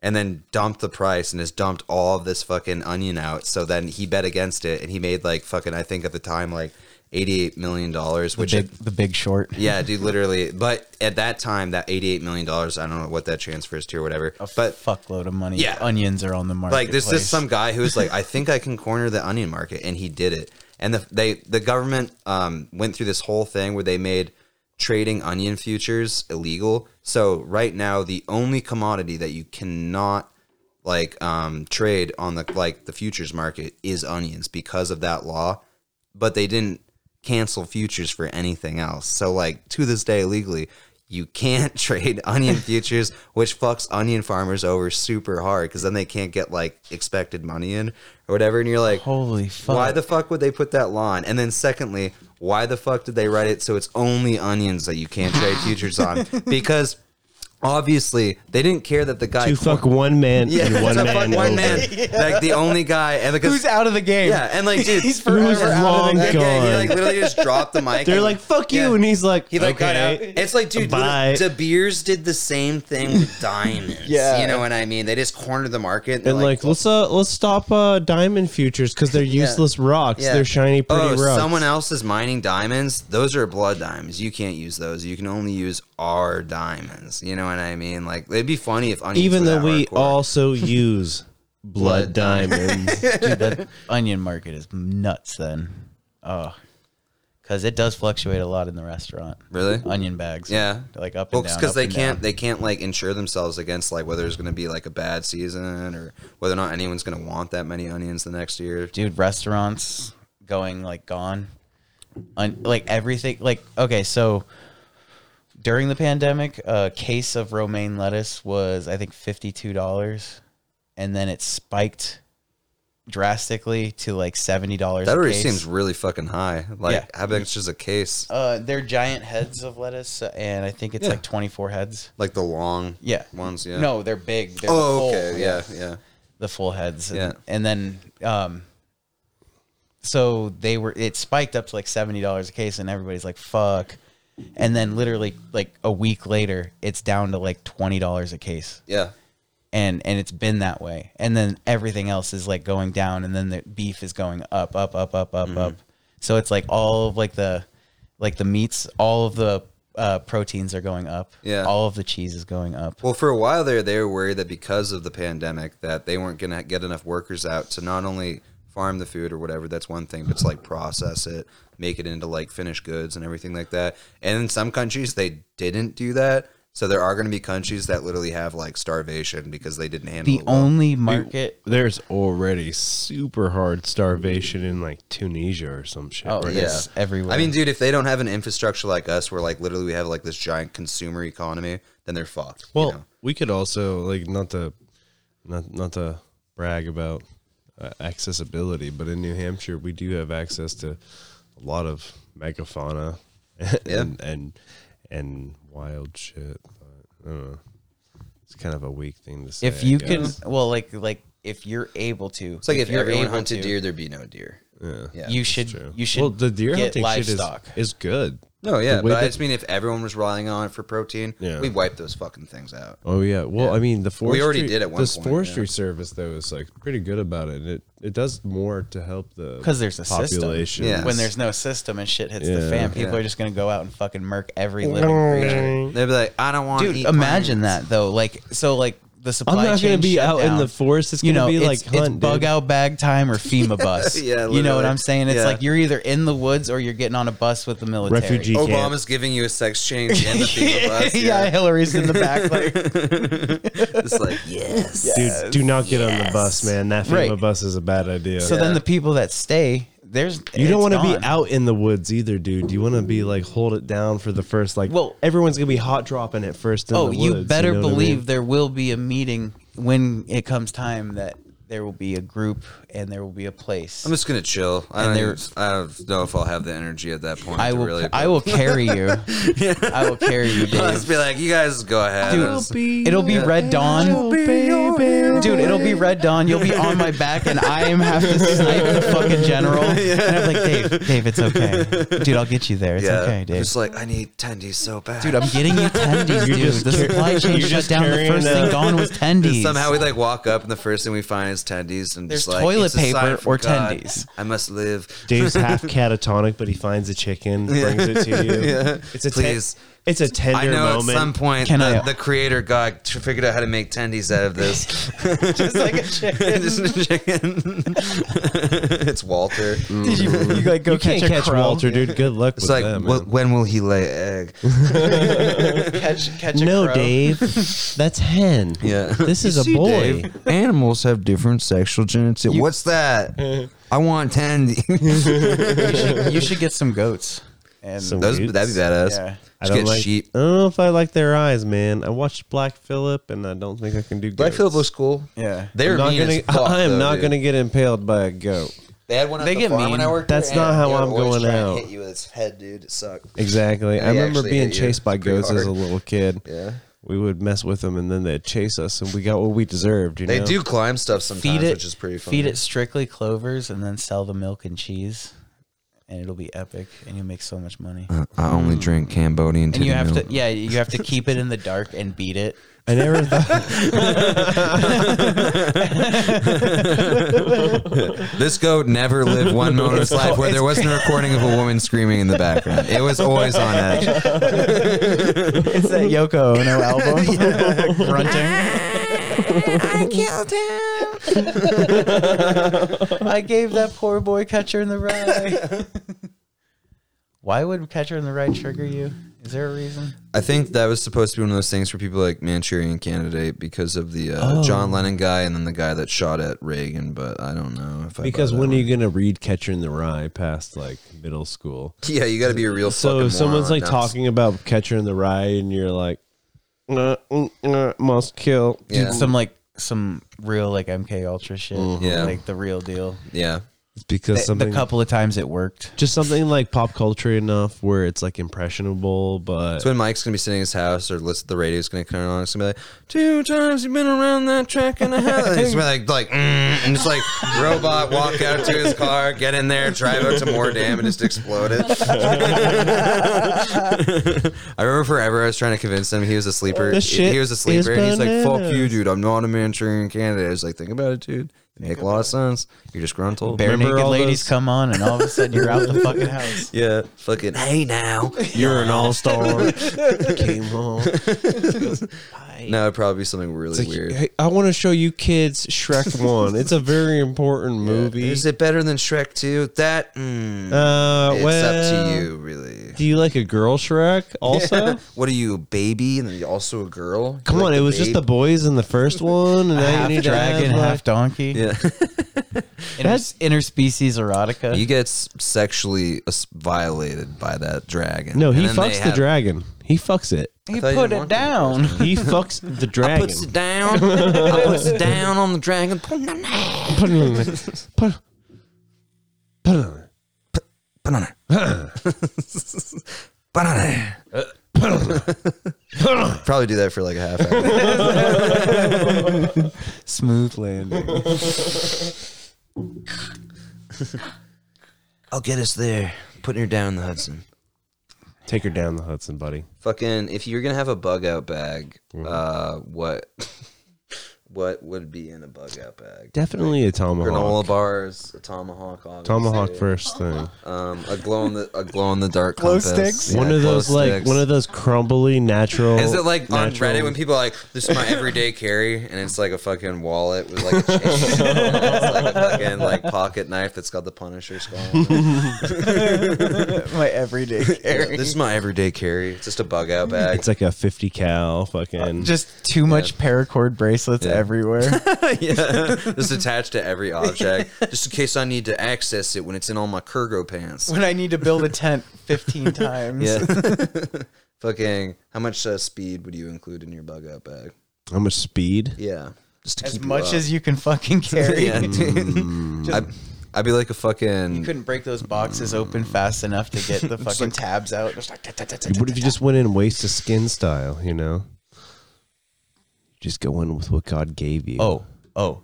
and then dumped the price and has dumped all of this fucking onion out so then he bet against it and he made like fucking i think at the time like 88 million dollars which
Big, the Big Short.
yeah, dude, literally. But at that time, that eighty-eight million dollars—I don't know what that transfers to or whatever. But
fuckload of money.
Yeah.
onions are on the market.
like there's just some guy who's like i think i can corner the onion market and he did it and the, they the government um, went through this whole thing where they made trading onion futures illegal so right now the only commodity that you cannot like um, trade on the like the futures market is onions because of that law but they didn't cancel futures for anything else so like to this day legally you can't trade onion futures which fucks onion farmers over super hard because then they can't get like expected money in or whatever and you're like
Holy fuck.
why the fuck would they put that line? And then secondly, why the fuck did they write it so it's only onions that you can't trade futures on? Because obviously they didn't care that the guy
to fuck one man
yeah,
and one
to
man,
fuck
over.
one man, like the only guy, and like
Who's out of the game?
Yeah, and like dude,
He's
he's
forever
Who's
out of
long
the
yeah,
game.
gone.
he like literally just dropped the mic.
They're
and-
like, "Fuck you,"
Yeah.
and he's like,
He like got out.
"Okay."
It's like, dude,
Bye.
literally, De Beers did the same thing with diamonds.
Yeah.
you know what I mean. They just cornered the market and, they're
And like,
like
let's uh, let's stop uh, diamond futures because they're useless rocks. They're shiny, pretty
oh,
rocks.
Someone else is mining diamonds. Those are blood diamonds. You can't use those. You can only use our diamonds. You know what I mean? Like it'd be funny if onions
Even
were
though
that
we
hardcore.
also use blood diamonds,
Dude, that onion market is nuts then. Oh. Cause it does fluctuate a lot in the restaurant.
Really?
Onion bags.
Yeah.
Like up and
Well,
down.
because
up
they
and
can't
down.
they can't like insure themselves against like whether it's going to be like a bad season or whether or not anyone's going to want that many onions the next year.
dude restaurants going like gone on like everything like okay so during the pandemic a case of romaine lettuce was i think $52 and then it spiked drastically to like $70
That
a
already
case.
seems really fucking high. Like
Yeah.
how big is just a case?
uh they're giant heads of lettuce uh, and i think it's like 24 heads
Like the long
yeah
ones. Yeah.
no they're big they're
Oh,
full.
okay. Yeah, yeah.
the full heads. And,
Yeah.
and then um so they were it spiked up to like seventy dollars a case and everybody's like, fuck. And then literally like a week later, it's down to like twenty dollars a case.
Yeah.
And and it's been that way. And then everything else is like going down and then the beef is going up, up, up, up,
Mm-hmm.
up, up. So it's like all of like the like the meats, all of the uh, proteins are going up.
Yeah.
All of the cheese is going up.
Well, for a while there, they were worried that because of the pandemic, that they weren't going to get enough workers out to not only farm the food or whatever. That's one thing, but it's like process it, make it into like finished goods and everything like that. And in some countries, they didn't do that. So there are going to be countries that literally have like starvation because they didn't handle
the
it Oh, well.
only market
there's already super hard starvation in like Tunisia or some shit.
Oh,
right?
yeah. It's everywhere.
I mean, dude, if they don't have an infrastructure like us, where like literally we have like this giant consumer economy, then they're fucked. you
Well,
know?
we could also like not to not not to brag about uh, accessibility, but in New Hampshire we do have access to a lot of megafauna and
Yeah.
and and wild shit. But, I don't know. It's kind of a weak thing to say.
if
I
you can
guess.
well like like if you're able to
it's like if, everyone
able
hunted
to,
deer, there'd be no deer.
yeah.
Yeah.
you should
True.
you should
well, the deer
get
hunting
livestock
shit is, is good.
No, yeah,
The way
but I
that-
just mean if everyone was relying on it for protein,
Yeah.
we wipe those fucking things out.
Oh yeah. Well, I mean, the forestry.
We already did at one
This
point, yeah.
forestry service though is like pretty good about it. and It it does more to help the
'Cause there's a system.
population.
Yeah.
when there's no system and shit hits the
Yeah.
fan people
Yeah.
are just gonna go out and fucking murk every living creature
They'd be like, I don't want to
dude imagine that though like so like the supply
I'm not
chain
gonna be out in
shutdown,
the forest. It's
you
gonna
know,
be
it's,
like hunt,
it's bug
dude.
out bag time or FEMA bus.
Yeah,
you know what
literally.
I'm saying? It's
Yeah.
like you're either in the woods or you're getting on a bus with the military.
Refugee You can't.
Obama's giving you a sex change and the thing of us.
yeah,
Oh, Yeah.
Hillary's in the back. Like,
It's like, yes.
Dude, do not get on the bus, man. That
Right.
FEMA bus is a bad idea.
So then the people that stay, there's
you don't want to be
out.
out in the woods either, dude. You want to be like hold it down for the first like.
Well-
everyone's gonna be hot dropping it first. In
Oh,
the
you
woods,
better
know what I
believe
mean?
there will be a meeting when it comes time that there will be a group and there will be a place.
I'm just going to chill. I
And
don't,
they're-
even, I don't know if I'll have the energy at that point.
I
to
will.
Really,
I will carry you. I will carry you,
I'll just
Dave.
be like, you guys go ahead.
Dude,
I just-
it'll be Red Dawn, dude. It'll be Red Dawn. You'll be on my back, and I am have to snipe the fucking general. And I'm like, Dave, Dave, it's okay, dude. I'll get you there. It's
yeah.
okay, Dave.
Just like, I need tendies so bad.
Dude, I'm getting you tendies, dude. the supply chain
you're
shut
just
down. The
carrying
first
a-
thing gone was tendies.
Somehow we like walk up and the first thing we find is tendies and
There's
just like
toilet
it's a sign
paper
from
or
God.
tendies.
I must live.
Dave's half catatonic, but he finds a chicken, brings it to you. It's a ten-
Please.
it's a tender
I know
moment.
at some point
Can
the,
I-
the creator God t- figured out how to make tendies out of this.
just like a chicken.
Just a chicken. it's Walter.
Did you, you like go
you can't catch, Walter, dude. Good luck
It's
with
like,
them.
wh- when will he lay egg?
Catch, catch a
no,
crow.
Dave, that's hen.
Yeah.
this is a boy.
Animals have different sexual genetics. What's that? I want tendies.
You should, you should get some goats. And
Some
Those,
Dudes.
that'd be badass.
Yeah.
I
Just
don't
get
like.
sheep.
I don't know if I like their eyes, man. I watched Black Phillip, and I don't think I can do.
Black
goats.
Phillip looks cool.
yeah,
They're
I'm not
mean
gonna,
as fuck,
I am
though,
not
dude.
gonna get impaled by a goat.
They had one. At
They
the
get
farm
mean.
When I worked
That's
there,
not
and
how
they would
I'm
always
going
try and
out.
Hit you with its head, dude. It sucked.
Exactly. I
They
remember
actually
being
hit you.
chased by
It's pretty
goats as a
hard.
little kid.
Yeah.
we would mess with them, and then they'd chase us, and we got what we deserved. You
They
know?
do climb stuff sometimes,
feed it,
which is pretty funny.
feed it strictly clovers, and then sell the milk and cheese, and it'll be epic, and you make so much money.
Uh, I only drink Cambodian
Mm. and
titty
you have
milk.
to, yeah, you have to keep it in the dark and beat it.
I never thought.
This goat never lived one moment of his life where there wasn't a recording of a woman screaming in the background. It was always on edge.
It's that Yoko Ono album, grunting.
I killed him.
I gave that poor boy Catcher in the Rye. Why would Catcher in the Rye trigger you? Is there a reason?
I think that was supposed to be one of those things for people like Manchurian Candidate because of the
Oh.
uh, John Lennon guy and then the guy that shot at Reagan. But I don't know if I buy
Because
that
when are
one.
you gonna read Catcher in the Rye past like middle school?
yeah, you got to be a real.
So
fucking
if someone's
moron
like
not to-
talking about Catcher in the Rye, and you're like, uh, mm, uh, must kill.
yeah,
Some like some real like MK Ultra shit.
Yeah.
like the real deal.
yeah.
It's because
the,
something
the couple of times it worked.
just something like pop culture enough where it's like impressionable, but
So when Mike's gonna be sitting in his house or listen, the radio's gonna turn on. It's gonna be like, two times you've been around that track and a half. And it's gonna be like, like, mm, and just like robot walk out to his car, get in there, drive out to more dam, and just explode it. I remember forever I was trying to convince him he was a sleeper.
This
He- he
shit
was a sleeper, and he's like,
is
"Fuck you, dude! I'm not a Manchurian candidate." I was like, "Think about it, dude. It make a lot of sense. You're disgruntled."
Bare
Remember
naked
all
ladies
those-
come on, and all of a sudden you're out the fucking house.
Yeah, fucking hey now.
you're an all star. Came home.
No, it'd probably be something really
It's like,
weird.
"Hey, I want to show you kids Shrek One. It's a very important movie.
Is it better than Shrek 2? That, mm,
uh,
it's
well,
up to you, really.
Do you like a girl Shrek? Also,
What are you, a baby? And then you're also a girl? You
come
like
on, it was just the
babe?
boys in the first one, and now you
Half
need
dragon,
to have,
half
like,
donkey.
Yeah.
Inter- interspecies erotica.
you get s- sexually as- violated by that dragon.
No,
And
he
then they
fucks the
have-
dragon. He fucks it.
he
thought you
put
didn't want
it
to.
down.
He fucks the dragon.
Puts it down. I puts it down on the dragon.
Put it on it. Put, put it on it.
Banana. Banana. Probably do that for like a half hour.
Smooth landing.
I'll get us there. Putting her down in the Hudson.
Take her down the Hudson, buddy.
Fucking, if you're gonna have a bug out bag,
Mm-hmm.
uh, what, what would be in a bug out bag?
Definitely a
Granola
tomahawk.
bars, a tomahawk, obviously.
Tomahawk first thing.
Um, a glow in the a glow in the dark
Glow
compass.
sticks?
Yeah,
one of
glow
those like
sticks.
one of those crumbly natural.
Is it like on
natural-
Reddit when people are like, "This is my everyday carry," and it's like a fucking wallet with like a chain, it's like a fucking like pocket knife that's got the Punisher skull. on it.
My everyday
Yeah,
carry.
this is my everyday carry. It's just a bug out bag.
It's like a fifty cal fucking.
Just too much paracord bracelets
Yeah.
everywhere.
yeah, just attached to every object, just in case I need to access it when it's in all my cargo pants.
when I need to build a tent 15 times.
Yeah. Fucking, how much uh, speed would you include in your bug out bag?
how much speed?
Yeah, just to
As
keep you
much
up.
as you can fucking carry.
yeah, dude. I'd, I'd be like a
You
fucking.
couldn't break those boxes open fast enough to get the fucking tabs out. Just like, "Tut, tut, tut, tut,
What
tut,
if you
tut."
just went in waist to skin style? You know, just go in with what God gave you.
Oh, oh.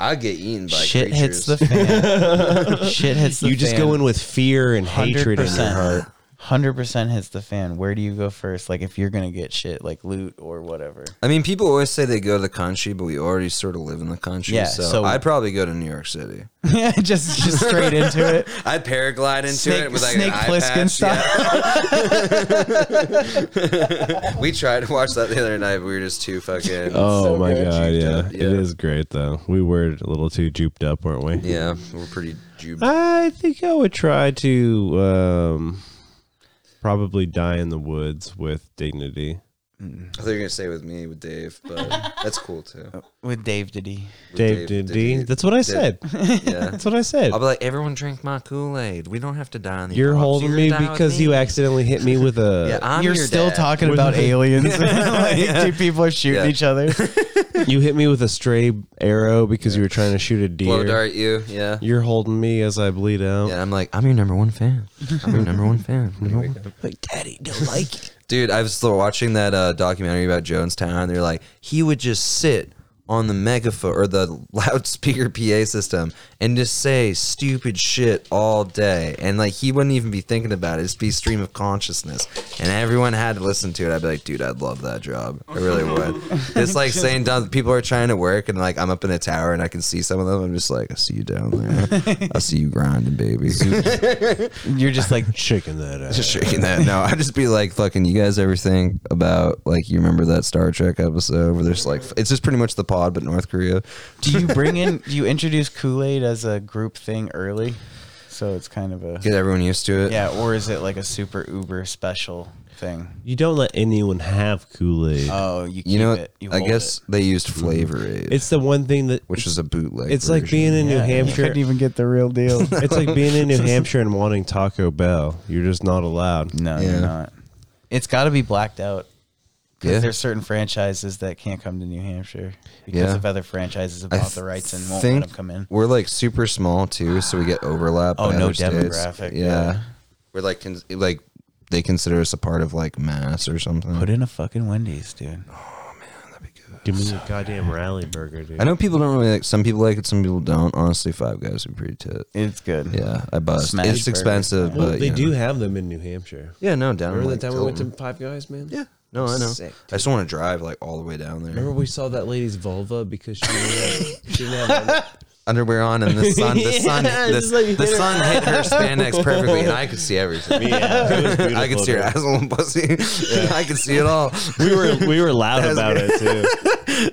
I'd get eaten by
Shit
creatures.
hits the fan. Shit hits the
you just go
fan.
in with fear and hatred in your
100%.
heart.
hundred percent hits the fan. Where do you go first? Like if you're gonna get shit, like loot or whatever.
I mean, people always say they go to the country, but we already sort of live in the country.
Yeah,
so,
so-
I'd probably go to New York City.
yeah, just just straight into it.
I'd paraglide into
Snake,
it with like
snake
an eye
Plissken
patch,
style.
yeah. We tried to watch that the other night, but we were just too fucking.
Oh my god, yeah.
up, yeah.
It is great though. We were a little too juped up, weren't we?
Yeah, we're pretty jubed.
I think I would try to um probably die in the woods with dignity.
I thought you were gonna say with me with Dave, but that's cool too.
With Dave Diddy.
With
Dave, did D. That's what I said.
Yeah.
That's what I said.
I'll be like, everyone drink my Kool Aid. We don't have to die on the.
You're
apocalypse.
holding
You're
me
gonna die with
because
me."
you accidentally hit me with
Yeah,
a
I'm
you're
your
still
dad.
talking
With
about
the-
aliens. like, Two people are shooting
Yeah.
each other.
you hit me with a stray arrow because you were trying to shoot a
Blow
deer.
dart you. Yeah.
You're holding me as I bleed out.
Yeah, I'm like, I'm your number one fan. I'm your number one fan.
Like, Daddy, don't like it. Dude, I was still watching that uh, documentary about Jonestown, and they're like, he would just sit on the megaphone or the loudspeaker PA system and just say stupid shit all day. And like, he wouldn't even be thinking about it. It'd be stream of consciousness. And everyone had to listen to it. I'd be like, dude, I'd love that job. I really would. It's like saying, down, people are trying to work, and like, I'm up in a tower and I can see some of them. I'm just like, I see you down there. I see you grinding, baby.
You're just like
Shaking that ass.
just shaking that. No, I'd just be like, fucking, you guys ever think about, like, you remember that Star Trek episode where there's like, it's just pretty much the pod, but North Korea.
do you bring in do you introduce kool-aid as a group thing early so it's kind of a
Get everyone used to it.
yeah or is it like a super uber special thing
You don't let anyone have Kool Aid.
oh you keep
You know,
it you
I
hold
guess
it. Mm-hmm.
they used Flavor Aid,
it's the one thing that
which is a bootleg.
it's like
version.
being in New
Yeah, you
Hampshire.
couldn't even get the real deal
It's like being in New Hampshire and wanting Taco Bell. You're just not allowed.
no
Yeah.
you're not it's got to be blacked out because
Yeah.
there's certain franchises that can't come to new hampshire because
Yeah.
of other franchises
I
about the rights and won't let
think
them come in
We're like super small too, so we get overlap.
Oh,
by
no
other states.
demographic,
Yeah.
yeah.
we're like, cons- like they consider us a part of like mass or something.
put in a fucking wendy's dude
Give me a goddamn rally burger, dude.
I know people don't really like. Some people like it, some people don't. Honestly, Five Guys would be pretty tit.
it's good
Yeah, I bust.
Smash
it's
burger.
expensive,
Well,
but
they
you know.
do have them in New Hampshire.
Yeah, no, down.
Remember
like,
that time we went to
Tilton.
Five Guys, man?
Yeah, no, I know.
Sick,
I just want to drive like all the way down there,
Remember we saw that lady's vulva because she didn't have, she didn't have
underwear on, and the sun, the sun,
Yeah,
the,
just like you
the
hit her.
sun hit her spandex perfectly, and I could see everything.
yeah, it was
I could see her asshole and pussy. I could see it all.
We were we were loud about it too.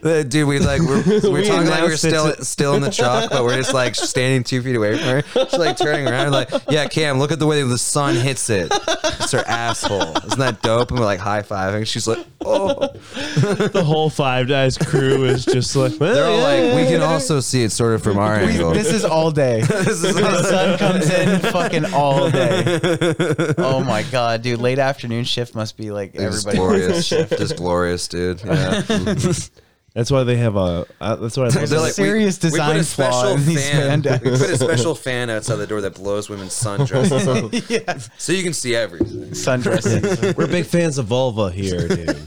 Uh, Dude, we like we're, we're
We
talking like we're
announced it
still
to-
still in the chalk, but we're just like standing two feet away from her. She's like turning around, like, yeah, Cam, look at the way the sun hits it. It's her asshole. Isn't that dope? And we're like high fiving. She's like, oh.
The whole Five Guys crew is just like
They're all like, we can also see it sort of from our angle.
this is all day
This is
the sun comes in fucking all day. Oh my god, dude! Late afternoon shift must be like
just
everybody.
glorious, just glorious, dude. Yeah.
That's why they have a. Uh, that's why I
There's a
They're like, we-
serious
we put
design
a
flaw
special
in these
fan- We
spandex.
put a special fan outside the door that blows women's sundresses,
yeah,
so you can see everything.
sundresses.
We're big fans of vulva here, dude.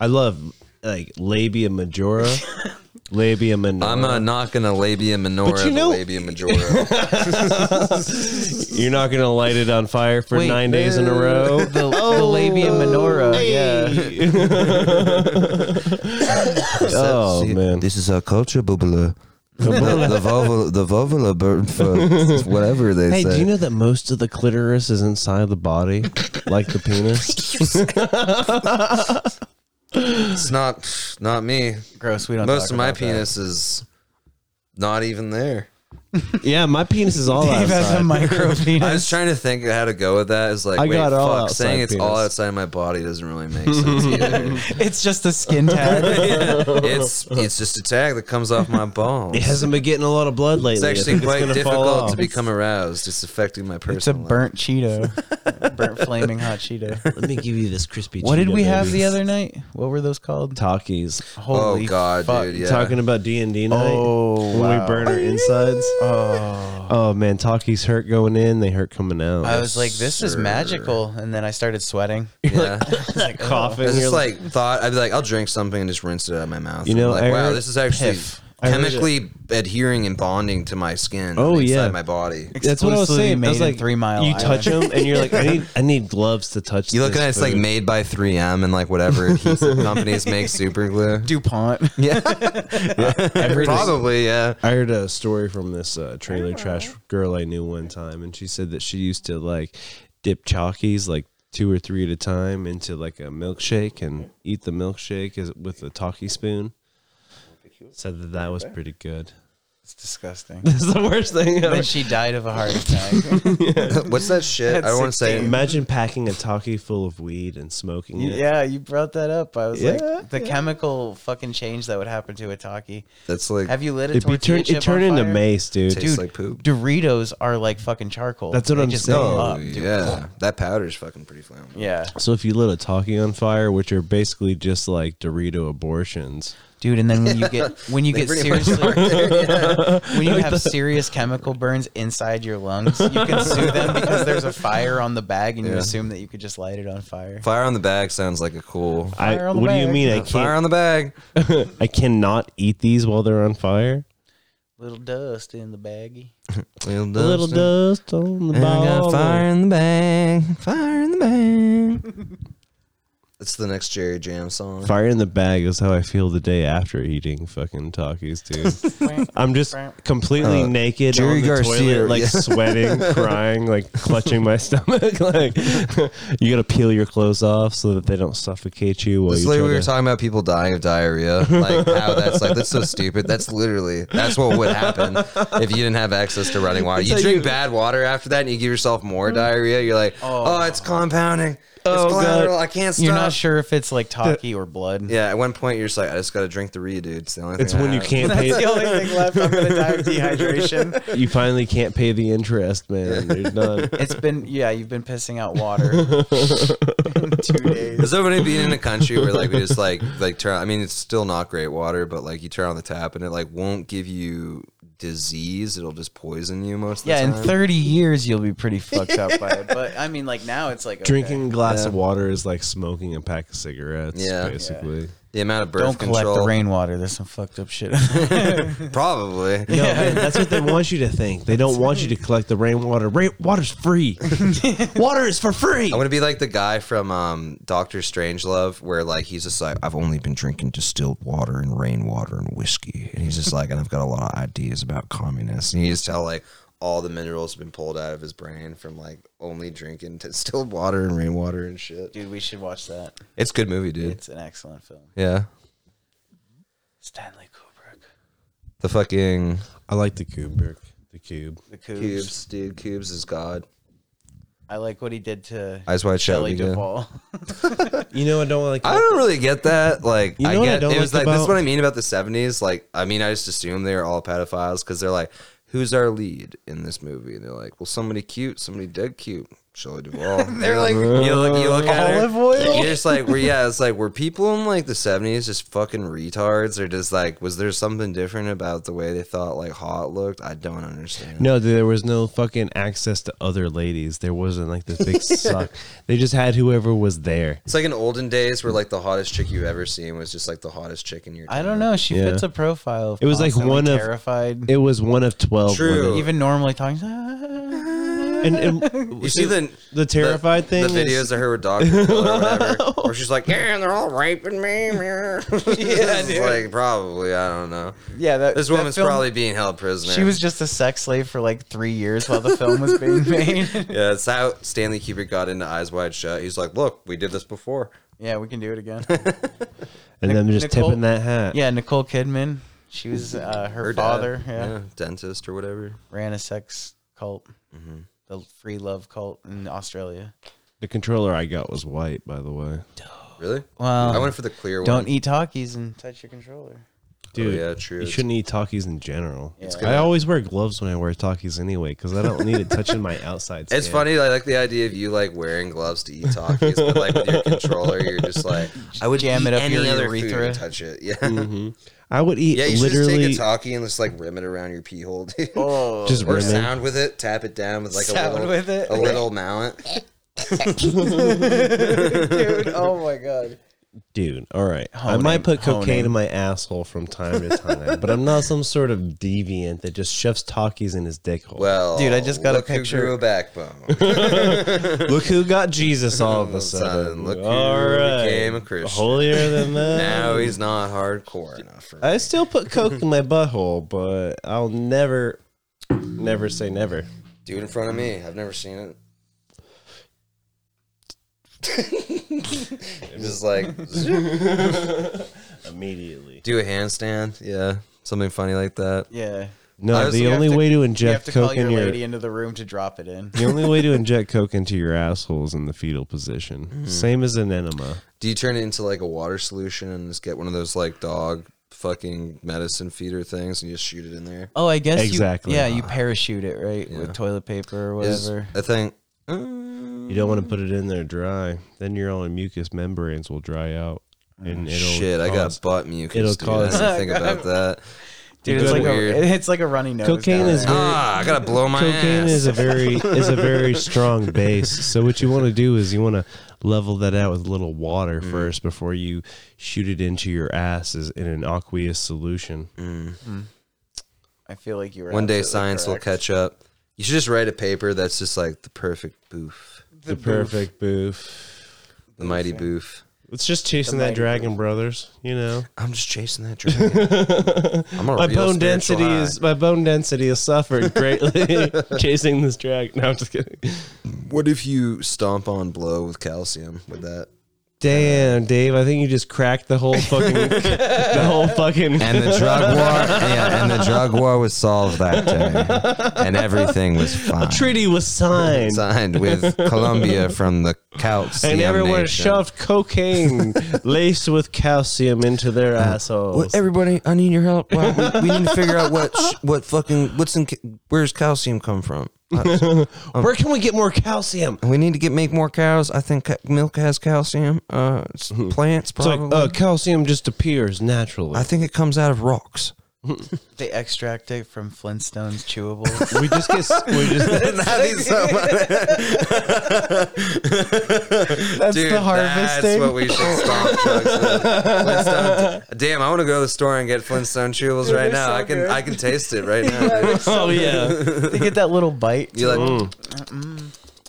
I love like labia majora, labia minora.
I'm uh, not gonna labia minora,
But you know-
the labia majora.
You're not gonna light it on fire for
Wait,
nine days in a row.
The, the labia minora. Yeah.
Oh man,
This is our culture, bubula. the, the vulva, the vulva bird for whatever they
Hey,
say.
do you know that most of the clitoris is inside the body, like the penis?
it's not not me.
Gross. We don't.
Most
talk
of my
about that.
penis is not even there.
Yeah, my penis is all
Dave has a
outside.
micro
I was
penis.
trying to think how to go with that. It's like,
I
wait,
got all
fuck,
outside
saying it's
penis.
all outside my body doesn't really make sense either.
It's just a skin tag.
it's it's just a tag that comes off my balls.
It hasn't been getting a lot of blood lately.
It's
I
actually
think
quite
gonna fall
difficult
off.
to become aroused. It's affecting my personal.
It's a
life.
burnt Cheeto, burnt flaming hot Cheeto.
Let me give you this crispy.
What did
Cheeto,
we have
baby.
the other night? What were those called?
talkies?
Holy
oh god,
fuck.
dude! Yeah.
Talking about D and D night.
Oh,
when
wow.
we burn our insides.
Oh.
Oh man, talkies hurt going in. They hurt coming out.
I was like, this is
Oh, sir.
magical. And then I started sweating.
yeah.
I was like,
coughing.
I was
you're
just like thought I'd be like I'll drink something and just rinse it out of my mouth.
You know,
like,
I
wow,
heard-
this is actually
Piff.
I heard it.
chemically adhering and bonding to my skin.
Oh,
and
yeah.
inside my body.
that's what I was
exclusively
saying. I was
made in
like,
Three Mile
You touch them, and you're like, I need, I need gloves to touch.
You look
this
at it, it's like
food.
made by 3M and like whatever adhesive companies make super glue.
DuPont.
Yeah,
heard this-
probably. Yeah,
I heard a story from this uh,
Oh.
trailer trash girl I knew one time, and she said that she used to like dip chalkies like two or three at a time into like a milkshake and eat the milkshake as, with a talkie spoon. Said that that was pretty good.
It's disgusting.
That's the worst thing
then she died of a heart attack.
what's that shit? I don't want to say. it.
Imagine packing a talkie full of weed and smoking it.
yeah, you brought that up. I was
Yeah,
like, the chemical fucking change that would happen to a talkie.
That's like
Have you lit a
It'd be
tortilla
turn,
chip
it turned
on
into
fire?
mace, dude.
tastes
Dude,
like poop.
Doritos are like fucking charcoal.
That's what
They
I'm
just
saying.
go
Oh
up.
yeah, that powder's fucking pretty flammable.
Yeah.
So if you lit a talkie on fire, which are basically just like Dorito abortions,
Dude, and then when you get when you get seriously when you have serious chemical burns inside your lungs, you can sue them because there's a fire on the bag, and you assume that you could just light it on fire.
Fire on the bag sounds like a cool.
I,
Fire on the
what do you
bag.
mean? I
Fire
can't.
on the bag.
I cannot eat these while they're on fire.
Little dust in the baggie.
Little
A little dust on
Eh.
the ball.
in the bag. Fire in the bag. It's the next Jerry Jam song.
Fire in the bag is how I feel the day after eating fucking Takis, dude. I'm just completely
Uh,
naked
Jerry
on the
Garcia,
toilet, like
yeah.
sweating, crying, like clutching my stomach. like you gotta peel your clothes off so that they don't suffocate you. While
It's
you
like
try
we were
to-
talking about people dying of diarrhea. Like how that's like that's so stupid. That's literally that's what would happen if you didn't have access to running water. You drink bad water after that, and you give yourself more diarrhea. You're like, oh, it's compounding.
Oh,
it's
God.
collateral. I can't stop.
You're not sure if it's like talkie or blood.
Yeah, at one point you're just like, I just got to drink the re, dude. It's the only
It's
thing I
when you
have.
can't
That's the
pay.
only thing left. I'm gonna die of dehydration.
You finally can't pay the interest, man. You're done.
It's been yeah, you've been pissing out water in two days.
It's over being in a country where like we just like like turn. I mean, it's still not great water, but like you turn on the tap and it like won't give you disease. It'll just poison you most of
Yeah, in
the time.
30 years you'll be pretty fucked up by it. But I mean, like now it's like okay.
Drinking a glass of water is like smoking a pack of cigarettes,
Yeah.
basically.
the amount of birth
Don't collect
control,
the rainwater. There's some fucked up shit.
probably.
No, man, that's what they want you to think. They don't want you to collect the rainwater. Rain, water's free. water is for free.
I want to be like the guy from um, Doctor Strangelove, where like he's just like, I've only been drinking distilled water and rainwater and whiskey, and he's just like, and I've got a lot of ideas about communists, and you just tell like all the minerals have been pulled out of his brain from like only drinking distilled water and rainwater and shit.
Dude, we should watch that.
It's a good movie, dude.
It's an excellent film.
yeah,
Stanley Kubrick.
the fucking
I like the Kubrick, the cube.
The Cubes.
cubes, dude. Cubes is god.
I like what he did to
Eyes wide shut.
Shelley
would be good.
Duvall.
You know, I don't like.
I don't really get that. Like,
You know
I
what I
get
don't
it was like
like
this is
about-
what I mean about the seventies. Like, I mean, I just assume they're all pedophiles because they're like, who's our lead in this movie? And they're like, well, somebody cute, somebody dead cute. Shelley Duvall. they're like, you look, you look at
Olive
her,
oil?
You're just like, were yeah, it's like, were people in like the seventies just fucking retards, or just like, was there something different about the way they thought like hot looked? I don't understand.
No, there was no fucking access to other ladies. There wasn't like this big suck. They just had whoever was there.
It's like in olden days where like the hottest chick you've ever seen was just like the hottest chick in your.
I don't know. She
Yeah.
fits a profile. Of
It was like
constantly
one of-
terrified.
It was one of twelve.
True.
women.
even normally talking. "Ah."
And, and
You see the
the terrified thing.
The videos
is-
of her with dog control or whatever, where she's like, "Yeah, they're all raping me." yeah, it's like probably I don't know.
yeah, that,
This
that
woman's
film-
probably being held prisoner.
She was just a sex slave for like three years while the film was being made.
Yeah, that's how Stanley Kubrick got into Eyes Wide Shut. He's like, "Look, we did this before."
yeah, we can do it again.
and them just
Nicole-
tipping that hat.
Yeah, Nicole Kidman. She was uh, her,
Her dad,
father. Yeah,
dentist or whatever.
ran a sex cult, the free love cult in Australia.
The controller I got was white, by the
Oh,
way.
Really?
Wow.
I went for the clear one.
Don't eat talkies and touch your controller.
Dude,
yeah, true.
You
It's-
shouldn't eat talkies in general.
It's
I always wear gloves when I wear talkies anyway because I don't need it touching my outside.
It's
skin.
funny. I like the idea of you like wearing gloves to eat talkies, but like with your controller, you're just like, "I would
Jam
eat
it up
any
your
other food
urethra.
and touch it." Yeah.
I would eat
Yeah, you should just
literally
take a talkie and just like rim it around your pee hole, dude.
Oh,
just
Or
rim it.
sound with it, tap it down with like
Sound
a little,
with it?
a little mallet.
dude! Oh my god!
dude. All right, I
Honing,
might put cocaine
honing.
in my asshole from time to time, but I'm not some sort of deviant that just shoves talkies in his dick hole.
Well,
Dude, I just got a
look who
picture.
grew a backbone.
look who got Jesus all of
All
a
of a sudden,
sudden.
look who
all right,
became a Christian.
holier than that.
now he's not hardcore enough. For
I still put coke in my butthole, but I'll never, never say never.
Dude in front of me, I've never seen it. I'm just like
Immediately.
do a handstand, yeah, something funny like that.
Yeah.
No,
Honestly,
the
you
only
have to-
way to
you have
inject
to call
coke
your
in your
lady into the room to drop it in.
the only way to inject coke into your asshole is in the fetal position. Same as an enema.
Do you turn it into like a water solution and just get one of those like dog fucking medicine feeder things and you just shoot it in there?
Oh, I guess
Exactly.
You, yeah, you parachute it right with toilet paper or
Is-
whatever.
I think
You don't want to put it in there dry. Then your own mucous membranes will dry out.
and it'll
Shit, I
cause-
got butt mucus.
it'll
dude.
cause-
I didn't think about that.
Dude, it's
Good
like
weird.
a, it's like a runny nose.
Cocaine
down
is
there.
Ah, I gotta blow my
cocaine
ass.
is a very is a very strong base. So what you want to do is you want to level that out with a little water first before you shoot it into your ass is in an aqueous solution.
I feel like you were
One day
absolutely
science
correct.
will catch up. You should just write a paper that's just like the perfect boof,
The, perfect boof.
the mighty boof.
It's just chasing
The
that
mighty
dragon, brothers. You know,
I'm just chasing that dragon. I'm a
my
real
bone
spiritual
density
high.
is my bone density has suffered greatly chasing this dragon. No, I'm just kidding.
What if you stomp on blow with calcium? With that,
Damn, Dave, I think you just cracked the whole fucking the whole fucking
and the drug war, yeah, and the drug war was solved that day, and everything was fine.
treaty was signed.
Signed with Colombia from the couch.
and everyone shoved cocaine laced with calcium into their assholes.
What, everybody, I need your help. Wow, we, we need to figure out what sh- what fucking what's in ca- where's calcium come from. Uh,
Where can we get more calcium?
We need to get make more cows. I think ca- milk has calcium. Uh, it's plants
Mm-hmm. It's
probably.
like uh, calcium just appears naturally.
I think it comes out of rocks.
They extract it from Flintstones chewables.
we just get s- we just
That's the
That's
harvesting.
what we should stomp trucks with. Flintstone- Damn, I want to go to the store and get Flintstone chewables right now. I can I can taste it right now. dude.
oh yeah.
they get that little bite.
You like?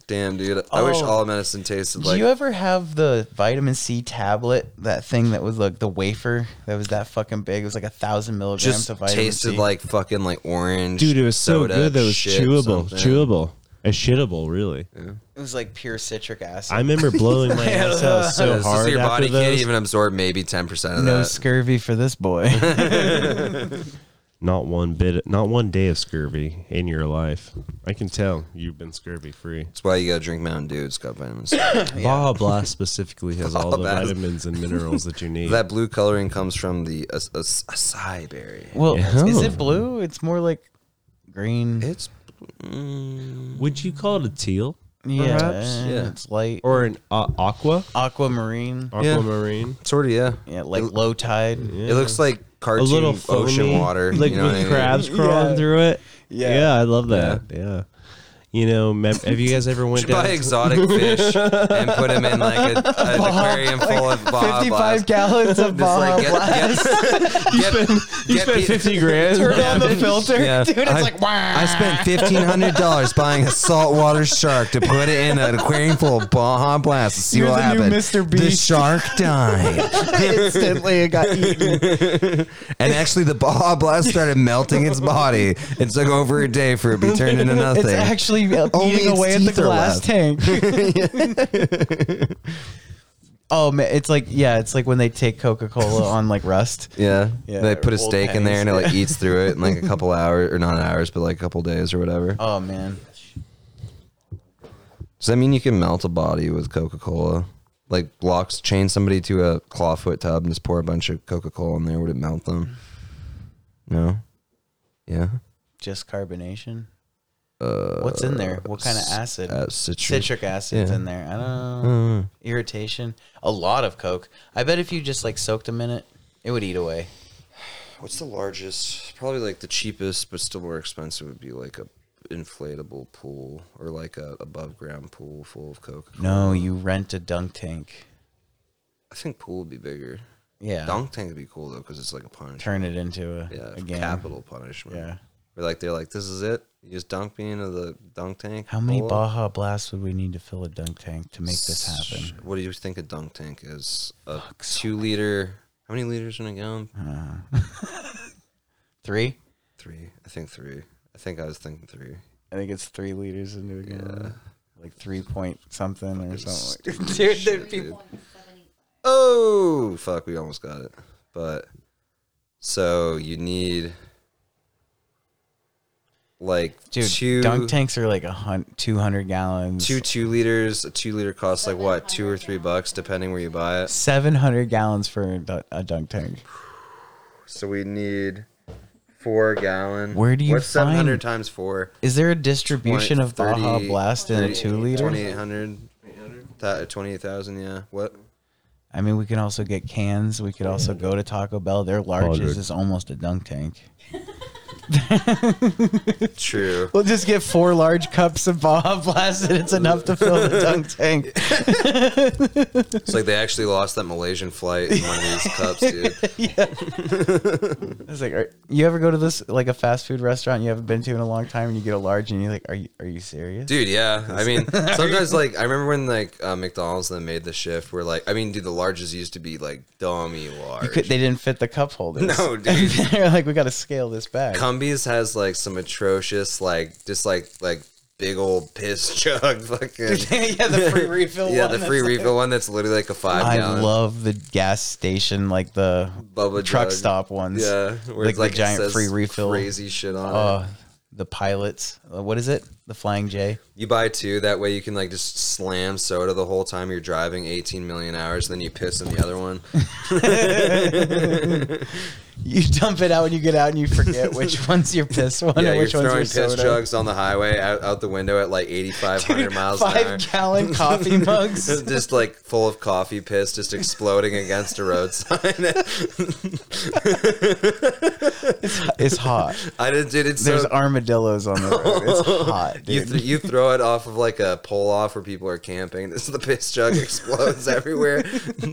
Damn, dude. I wish
Oh.
all medicine tasted
Do
like.
you ever have the vitamin C tablet? That thing that was like the wafer that was that fucking big. It was like a thousand milligrams
just
of vitamin
tasted
C.
like fucking like orange.
Dude, it was so
soda
good that it was
shit,
chewable.
something.
Chewable. A shittable, really.
it was like pure citric acid.
I remember blowing my ass out so
Yeah, so
hard
your
after
body can't
those.
even absorb maybe ten percent of
no
that.
scurvy for this boy.
Not one bit, not one day of scurvy in your life. I can tell you've been scurvy free.
That's why you gotta drink Mountain Dew. It's got vitamins.
Baja Blast specifically has all the
Baja Blast.
vitamins and minerals Oh, that you need.
that blue coloring comes from the as- as- acai berry.
well,
Yeah.
is
Oh.
it blue? It's more like green.
It's
Would you call it a teal
yeah,
perhaps, yeah.
it's light
or an uh, aqua?
aquamarine.
Aquamarine.
sort of yeah.
Yeah, like low tide.
It looks like cartoon
A little foamy,
ocean water.
like
you know
with
what I mean?
crabs crawling through it.
Yeah.
Yeah. I love that. Yeah. You know, mem- have you guys ever went
Should buy
down?
exotic fish and put them in like a, an aquarium full of Baja Blast.
gallons of
Just like get, get, get,
you
get
spent
pe-
fifty grand.
filter,
Yeah. I- I spent fifteen hundred dollars buying a saltwater shark to put it in an aquarium full of Baja Blast to see
You're
what
the new
happened.
Mr.
The
Beast.
shark died,
instantly it got eaten.
and actually the Baja Blast started melting its body. It took over a day for it to be turned into nothing.
It's actually uh,
Only
eating
its
away at the
teeth are
glass
left.
tank. oh man, it's like yeah, it's like when they take Coca Cola on like rust.
yeah.
Yeah,
they put a
old
steak in there and it
tanks.
like eats through it in like a couple hours or not hours, but like a couple days or whatever.
Oh man,
Does that mean you can melt a body with Coca Cola? Like locks, chain somebody to a clawfoot tub and just pour a bunch of Coca Cola in there. Would it melt them? No. Yeah.
just carbonation. What's in there? What kind of acid?
Uh, citric.
Citric acid's
yeah. Mm.
in there. I don't know. Irritation. A lot of Coke. I bet if you just like soaked them in it, it would eat away.
What's the largest? Probably like the cheapest, but still more expensive would be like a inflatable pool or like a above ground pool full of Coca.
No, you rent a dunk tank.
I think pool would be bigger.
Yeah.
Dunk tank would be cool though because it's like a punishment.
Turn it into a,
Yeah,
a game.
capital punishment.
Yeah.
Where like they're like, this is it. You just dunk me into the dunk tank.
How many
bowl up."
Baja Blasts would we need to fill a dunk tank to make this happen?
What do you think a dunk tank is? A Uh, two liter. How many liters in a gallon?
Three?
Three. I think three. I think I was thinking three.
I think it's three liters into a gallon. Like three point something or something. Like
Dude, people. Oh fuck! We almost got it. But so you need like
Dude,
two
dunk tanks are like a hun- 200 gallons.
two two liters. A two liter costs like what two or three bucks depending where you buy it.
700 gallons for a du- a dunk tank.
So we need four gallon.
Where do you
What's seven hundred
find-
times four?
Is there a distribution of Baja
30,
Blast in a two liter?
2800 28,000 yeah what
I mean, we can also get cans. We could also go to Taco Bell. Their largest
Hundred.
is almost a dunk tank.
True.
We'll just get four large cups of Baja Blast, and it's enough to fill the dunk tank.
It's like they actually lost that Malaysian flight in one of these cups, dude.
It's like, are, you ever go to this like a fast food restaurant you haven't been to in a long time, and you get a large, and you're like, are you are you serious?
Dude, yeah. I mean, sometimes like I remember when like uh, McDonald's then made the shift where like I mean, dude, the larges used to be like dummy large.
You could- they didn't fit the cup holders.
No, dude.
they're like, we got to scale this back.
Cumbies has like some atrocious like just like like big old piss jug fucking
yeah, the free refill.
yeah
one
the
that's
free
like-
refill one that's literally like a five
I
gallon
love the gas station, like the
Bubba
truck
jug.
stop ones.
yeah where
like
it's,
the
it
giant
says
free refill.
crazy shit on it.
Uh, the pilots. Uh, what is it? The Flying J.
You buy two that way you can like just slam soda the whole time you're driving 18 million hours then you piss in the other one.
You dump it out when you get out, and you forget which one's your piss one
yeah,
or
you're
which
throwing
one's
piss
your soda.
jugs on the highway out, out the window at like 8500 miles an hour.
Five gallon coffee mugs.
just like full of coffee piss just exploding against a road sign.
It's hot.
I did dude, it's
There's
so
armadillos on the road. It's hot,
You,
dude.
th- you throw it off of like a pole off where people are camping. This the piss jug explodes everywhere.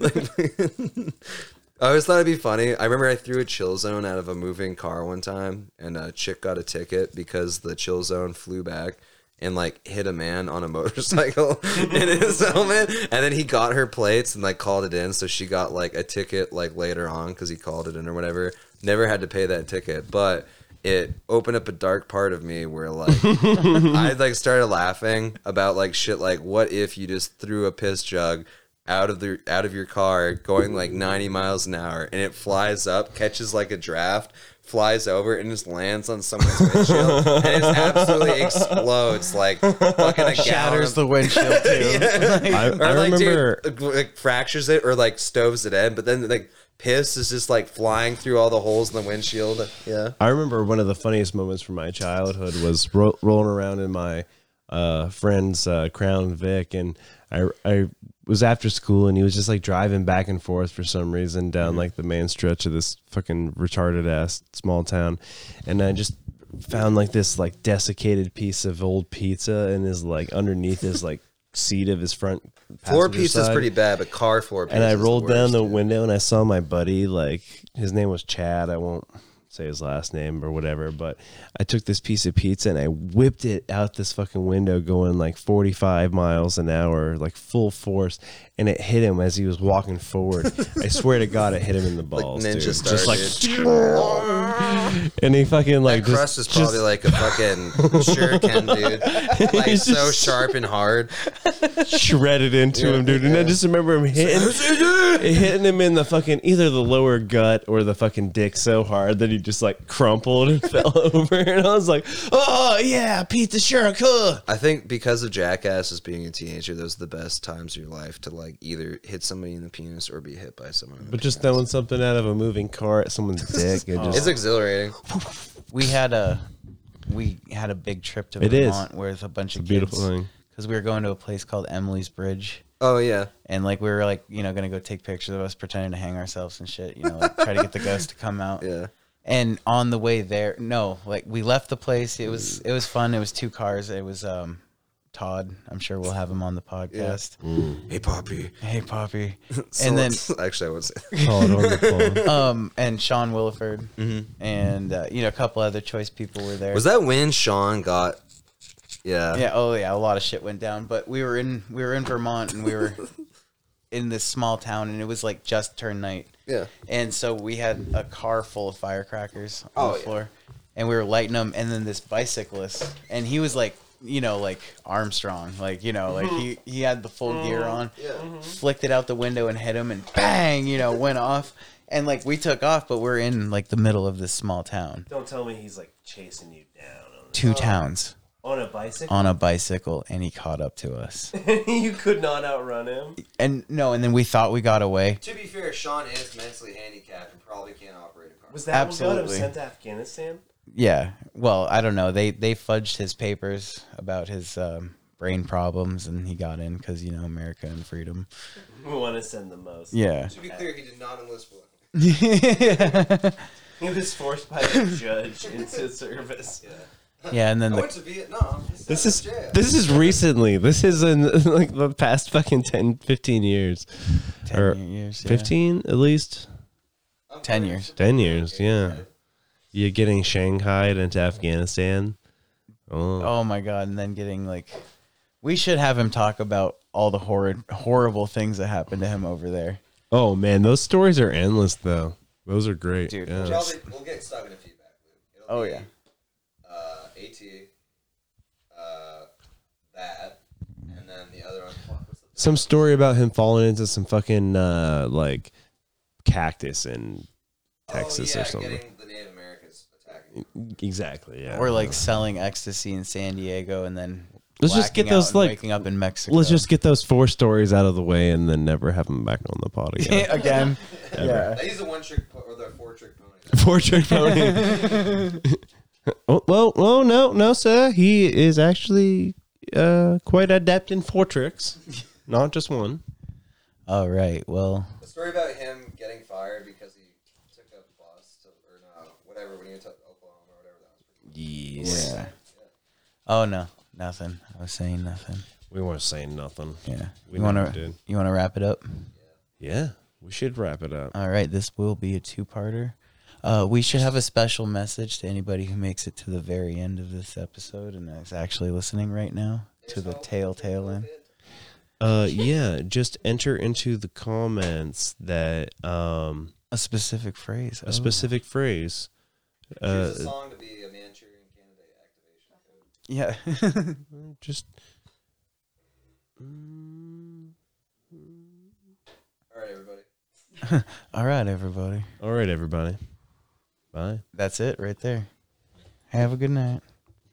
I always thought it'd be funny. I remember I threw a chill zone out of a moving car one time, and a chick got a ticket because the chill zone flew back and like hit a man on a motorcycle in his helmet, and then he got her plates and like called it in, so she got like a ticket like later on because he called it in or whatever. Never had to pay that ticket, but it opened up a dark part of me where like I like started laughing about like shit like what if you just threw a piss jug out of the out of your car going like 90 miles an hour and it flies up catches like a draft flies over and just lands on someone's windshield and it absolutely explodes like fucking a gallon
Shatters
of,
the windshield too.
I,
or
I
like
remember
dude, like, like fractures it or like stoves it in but then like piss is just like flying through all the holes in the windshield yeah
I remember one of the funniest moments from my childhood was ro- rolling around in my uh, friend's uh, Crown Vic, and I I was after school, and he was just like driving back and forth for some reason down
Mm-hmm.
like the main stretch of this fucking retarded ass small town, and I just found like this like desiccated piece of old pizza, and is like underneath his like seat of his front
floor
passenger
pizza's
side.
pretty bad but car floor pizza
And I rolled down the window and I saw my buddy, like his name was Chad. I won't say his last name or whatever, but I took this piece of pizza and I whipped it out this fucking window going like 45 miles an hour, like full force, and it hit him as he was walking forward. I swear to God, it hit him in the balls.
ninja
dude.
star,
Just like,
dude.
and he fucking like
That
just-
crust is
just-
probably like a fucking shuriken, dude. Like
It's
so
just-
sharp and hard.
shredded into him, dude. And I just remember him hitting, hitting him in the fucking either the lower gut or the fucking dick so hard that he just like crumpled and fell over. And I was like, oh yeah, pizza shark, huh?
I think because of Jackass as being a teenager, those are the best times of your life to like either hit somebody in the penis or be hit by someone. in the
But
penis.
just throwing something out of a moving car at someone's dick, it
it's
just
exhilarating.
we had a we had a big trip to
It is.
Vermont with a bunch of
a beautiful thing.
because we were going to a place called Emily's Bridge.
Oh yeah,
And like we were like you know gonna go take pictures of us pretending to hang ourselves and shit you know like try to get the ghost to come out
yeah.
and on the way there no like we left the place it was it was fun it was two cars it was um Todd I'm sure we'll have him on the podcast
Mm.
Hey, Poppy.
hey Poppy
So
and then
let's- actually, I would say
call it on the phone.
um and Sean Williford and uh, you know a couple other choice people were there
was that when Sean got. Yeah.
yeah oh yeah a lot of shit went down but we were in we were in vermont and we were in this small town and it was like just turn night
Yeah.
and so we had a car full of firecrackers on
Oh,
the
yeah.
floor and we were lighting them and then this bicyclist and he was like you know like armstrong like you know like he
Mm-hmm.
he had the full gear on flicked it out the window and hit him and bang you know went off and like we took off but we're in like the middle of this small town
Don't tell me he's like chasing you down
two towns
on, on a bicycle.
on a bicycle and he caught up to us
you could not outrun him.
and no, and then we thought we got away.
To be fair, Sean is mentally handicapped and probably can't operate a car.
Was that what got him
Absolutely.
sent to Afghanistan?
Yeah. Well, I don't know. They they fudged his papers about his um, brain problems, and he got in because you know America and freedom.
We want to send the most.
Yeah,
To be clear, he did not enlist Black.
He was forced by the judge into service.
yeah, and then the,
to Vietnam.
This is this is recently. This is in like the past fucking 10, 15 years,
10
or
years, yeah.
fifteen at least.
ten years.
Ten years, yeah. You're getting Shanghai into Afghanistan.
Oh my god! And then getting like, we should have him talk about all the horrid, horrible things that happened to him over there.
Oh man, those stories are endless though. Those are great.
Dude,
yeah.
Probably, we'll get stuck in a feedback loop. It'll
Oh
be,
yeah,
Uh, AT, uh, that, and then the other one. fuck, what's the-
Some story about him falling into some fucking uh, like cactus in Texas
oh, yeah,
or something.
Getting the Native Americans attacking.
Exactly. Yeah.
or like selling ecstasy in San Diego, and then
Let's just
blacking
get those,
out and
like-
waking up in Mexico.
let's just get those four stories out of the way and then never have them back on the pod again.
again. yeah.
They use a one trick po- or the four trick pony.
Poor Trick Pony. oh, well, oh no, no, sir. He is actually uh, quite adept in four tricks, not just one.
All right. Well,
The story about him getting fired because he took a bus to, or no, whatever, when he went to Oklahoma or whatever that was.
yeah. Oh no, nothing. I was saying nothing.
We weren't saying nothing.
Yeah.
We
you want
never
to
did.
you want to wrap it up?
Yeah, we should wrap it up.
All right, this will be a two-parter. Uh, we should have a special message to anybody who makes it to the very end of this episode and is actually listening right now to the tail tail end.
Uh, yeah, just enter into the comments that um,
A specific phrase. Oh,
a specific phrase. Uh,
Choose a song to be a Manchurian candidate activation code.
yeah.
just
All right, everybody.
All right, everybody.
all right, everybody. Bye.
That's it right there. Have a good night.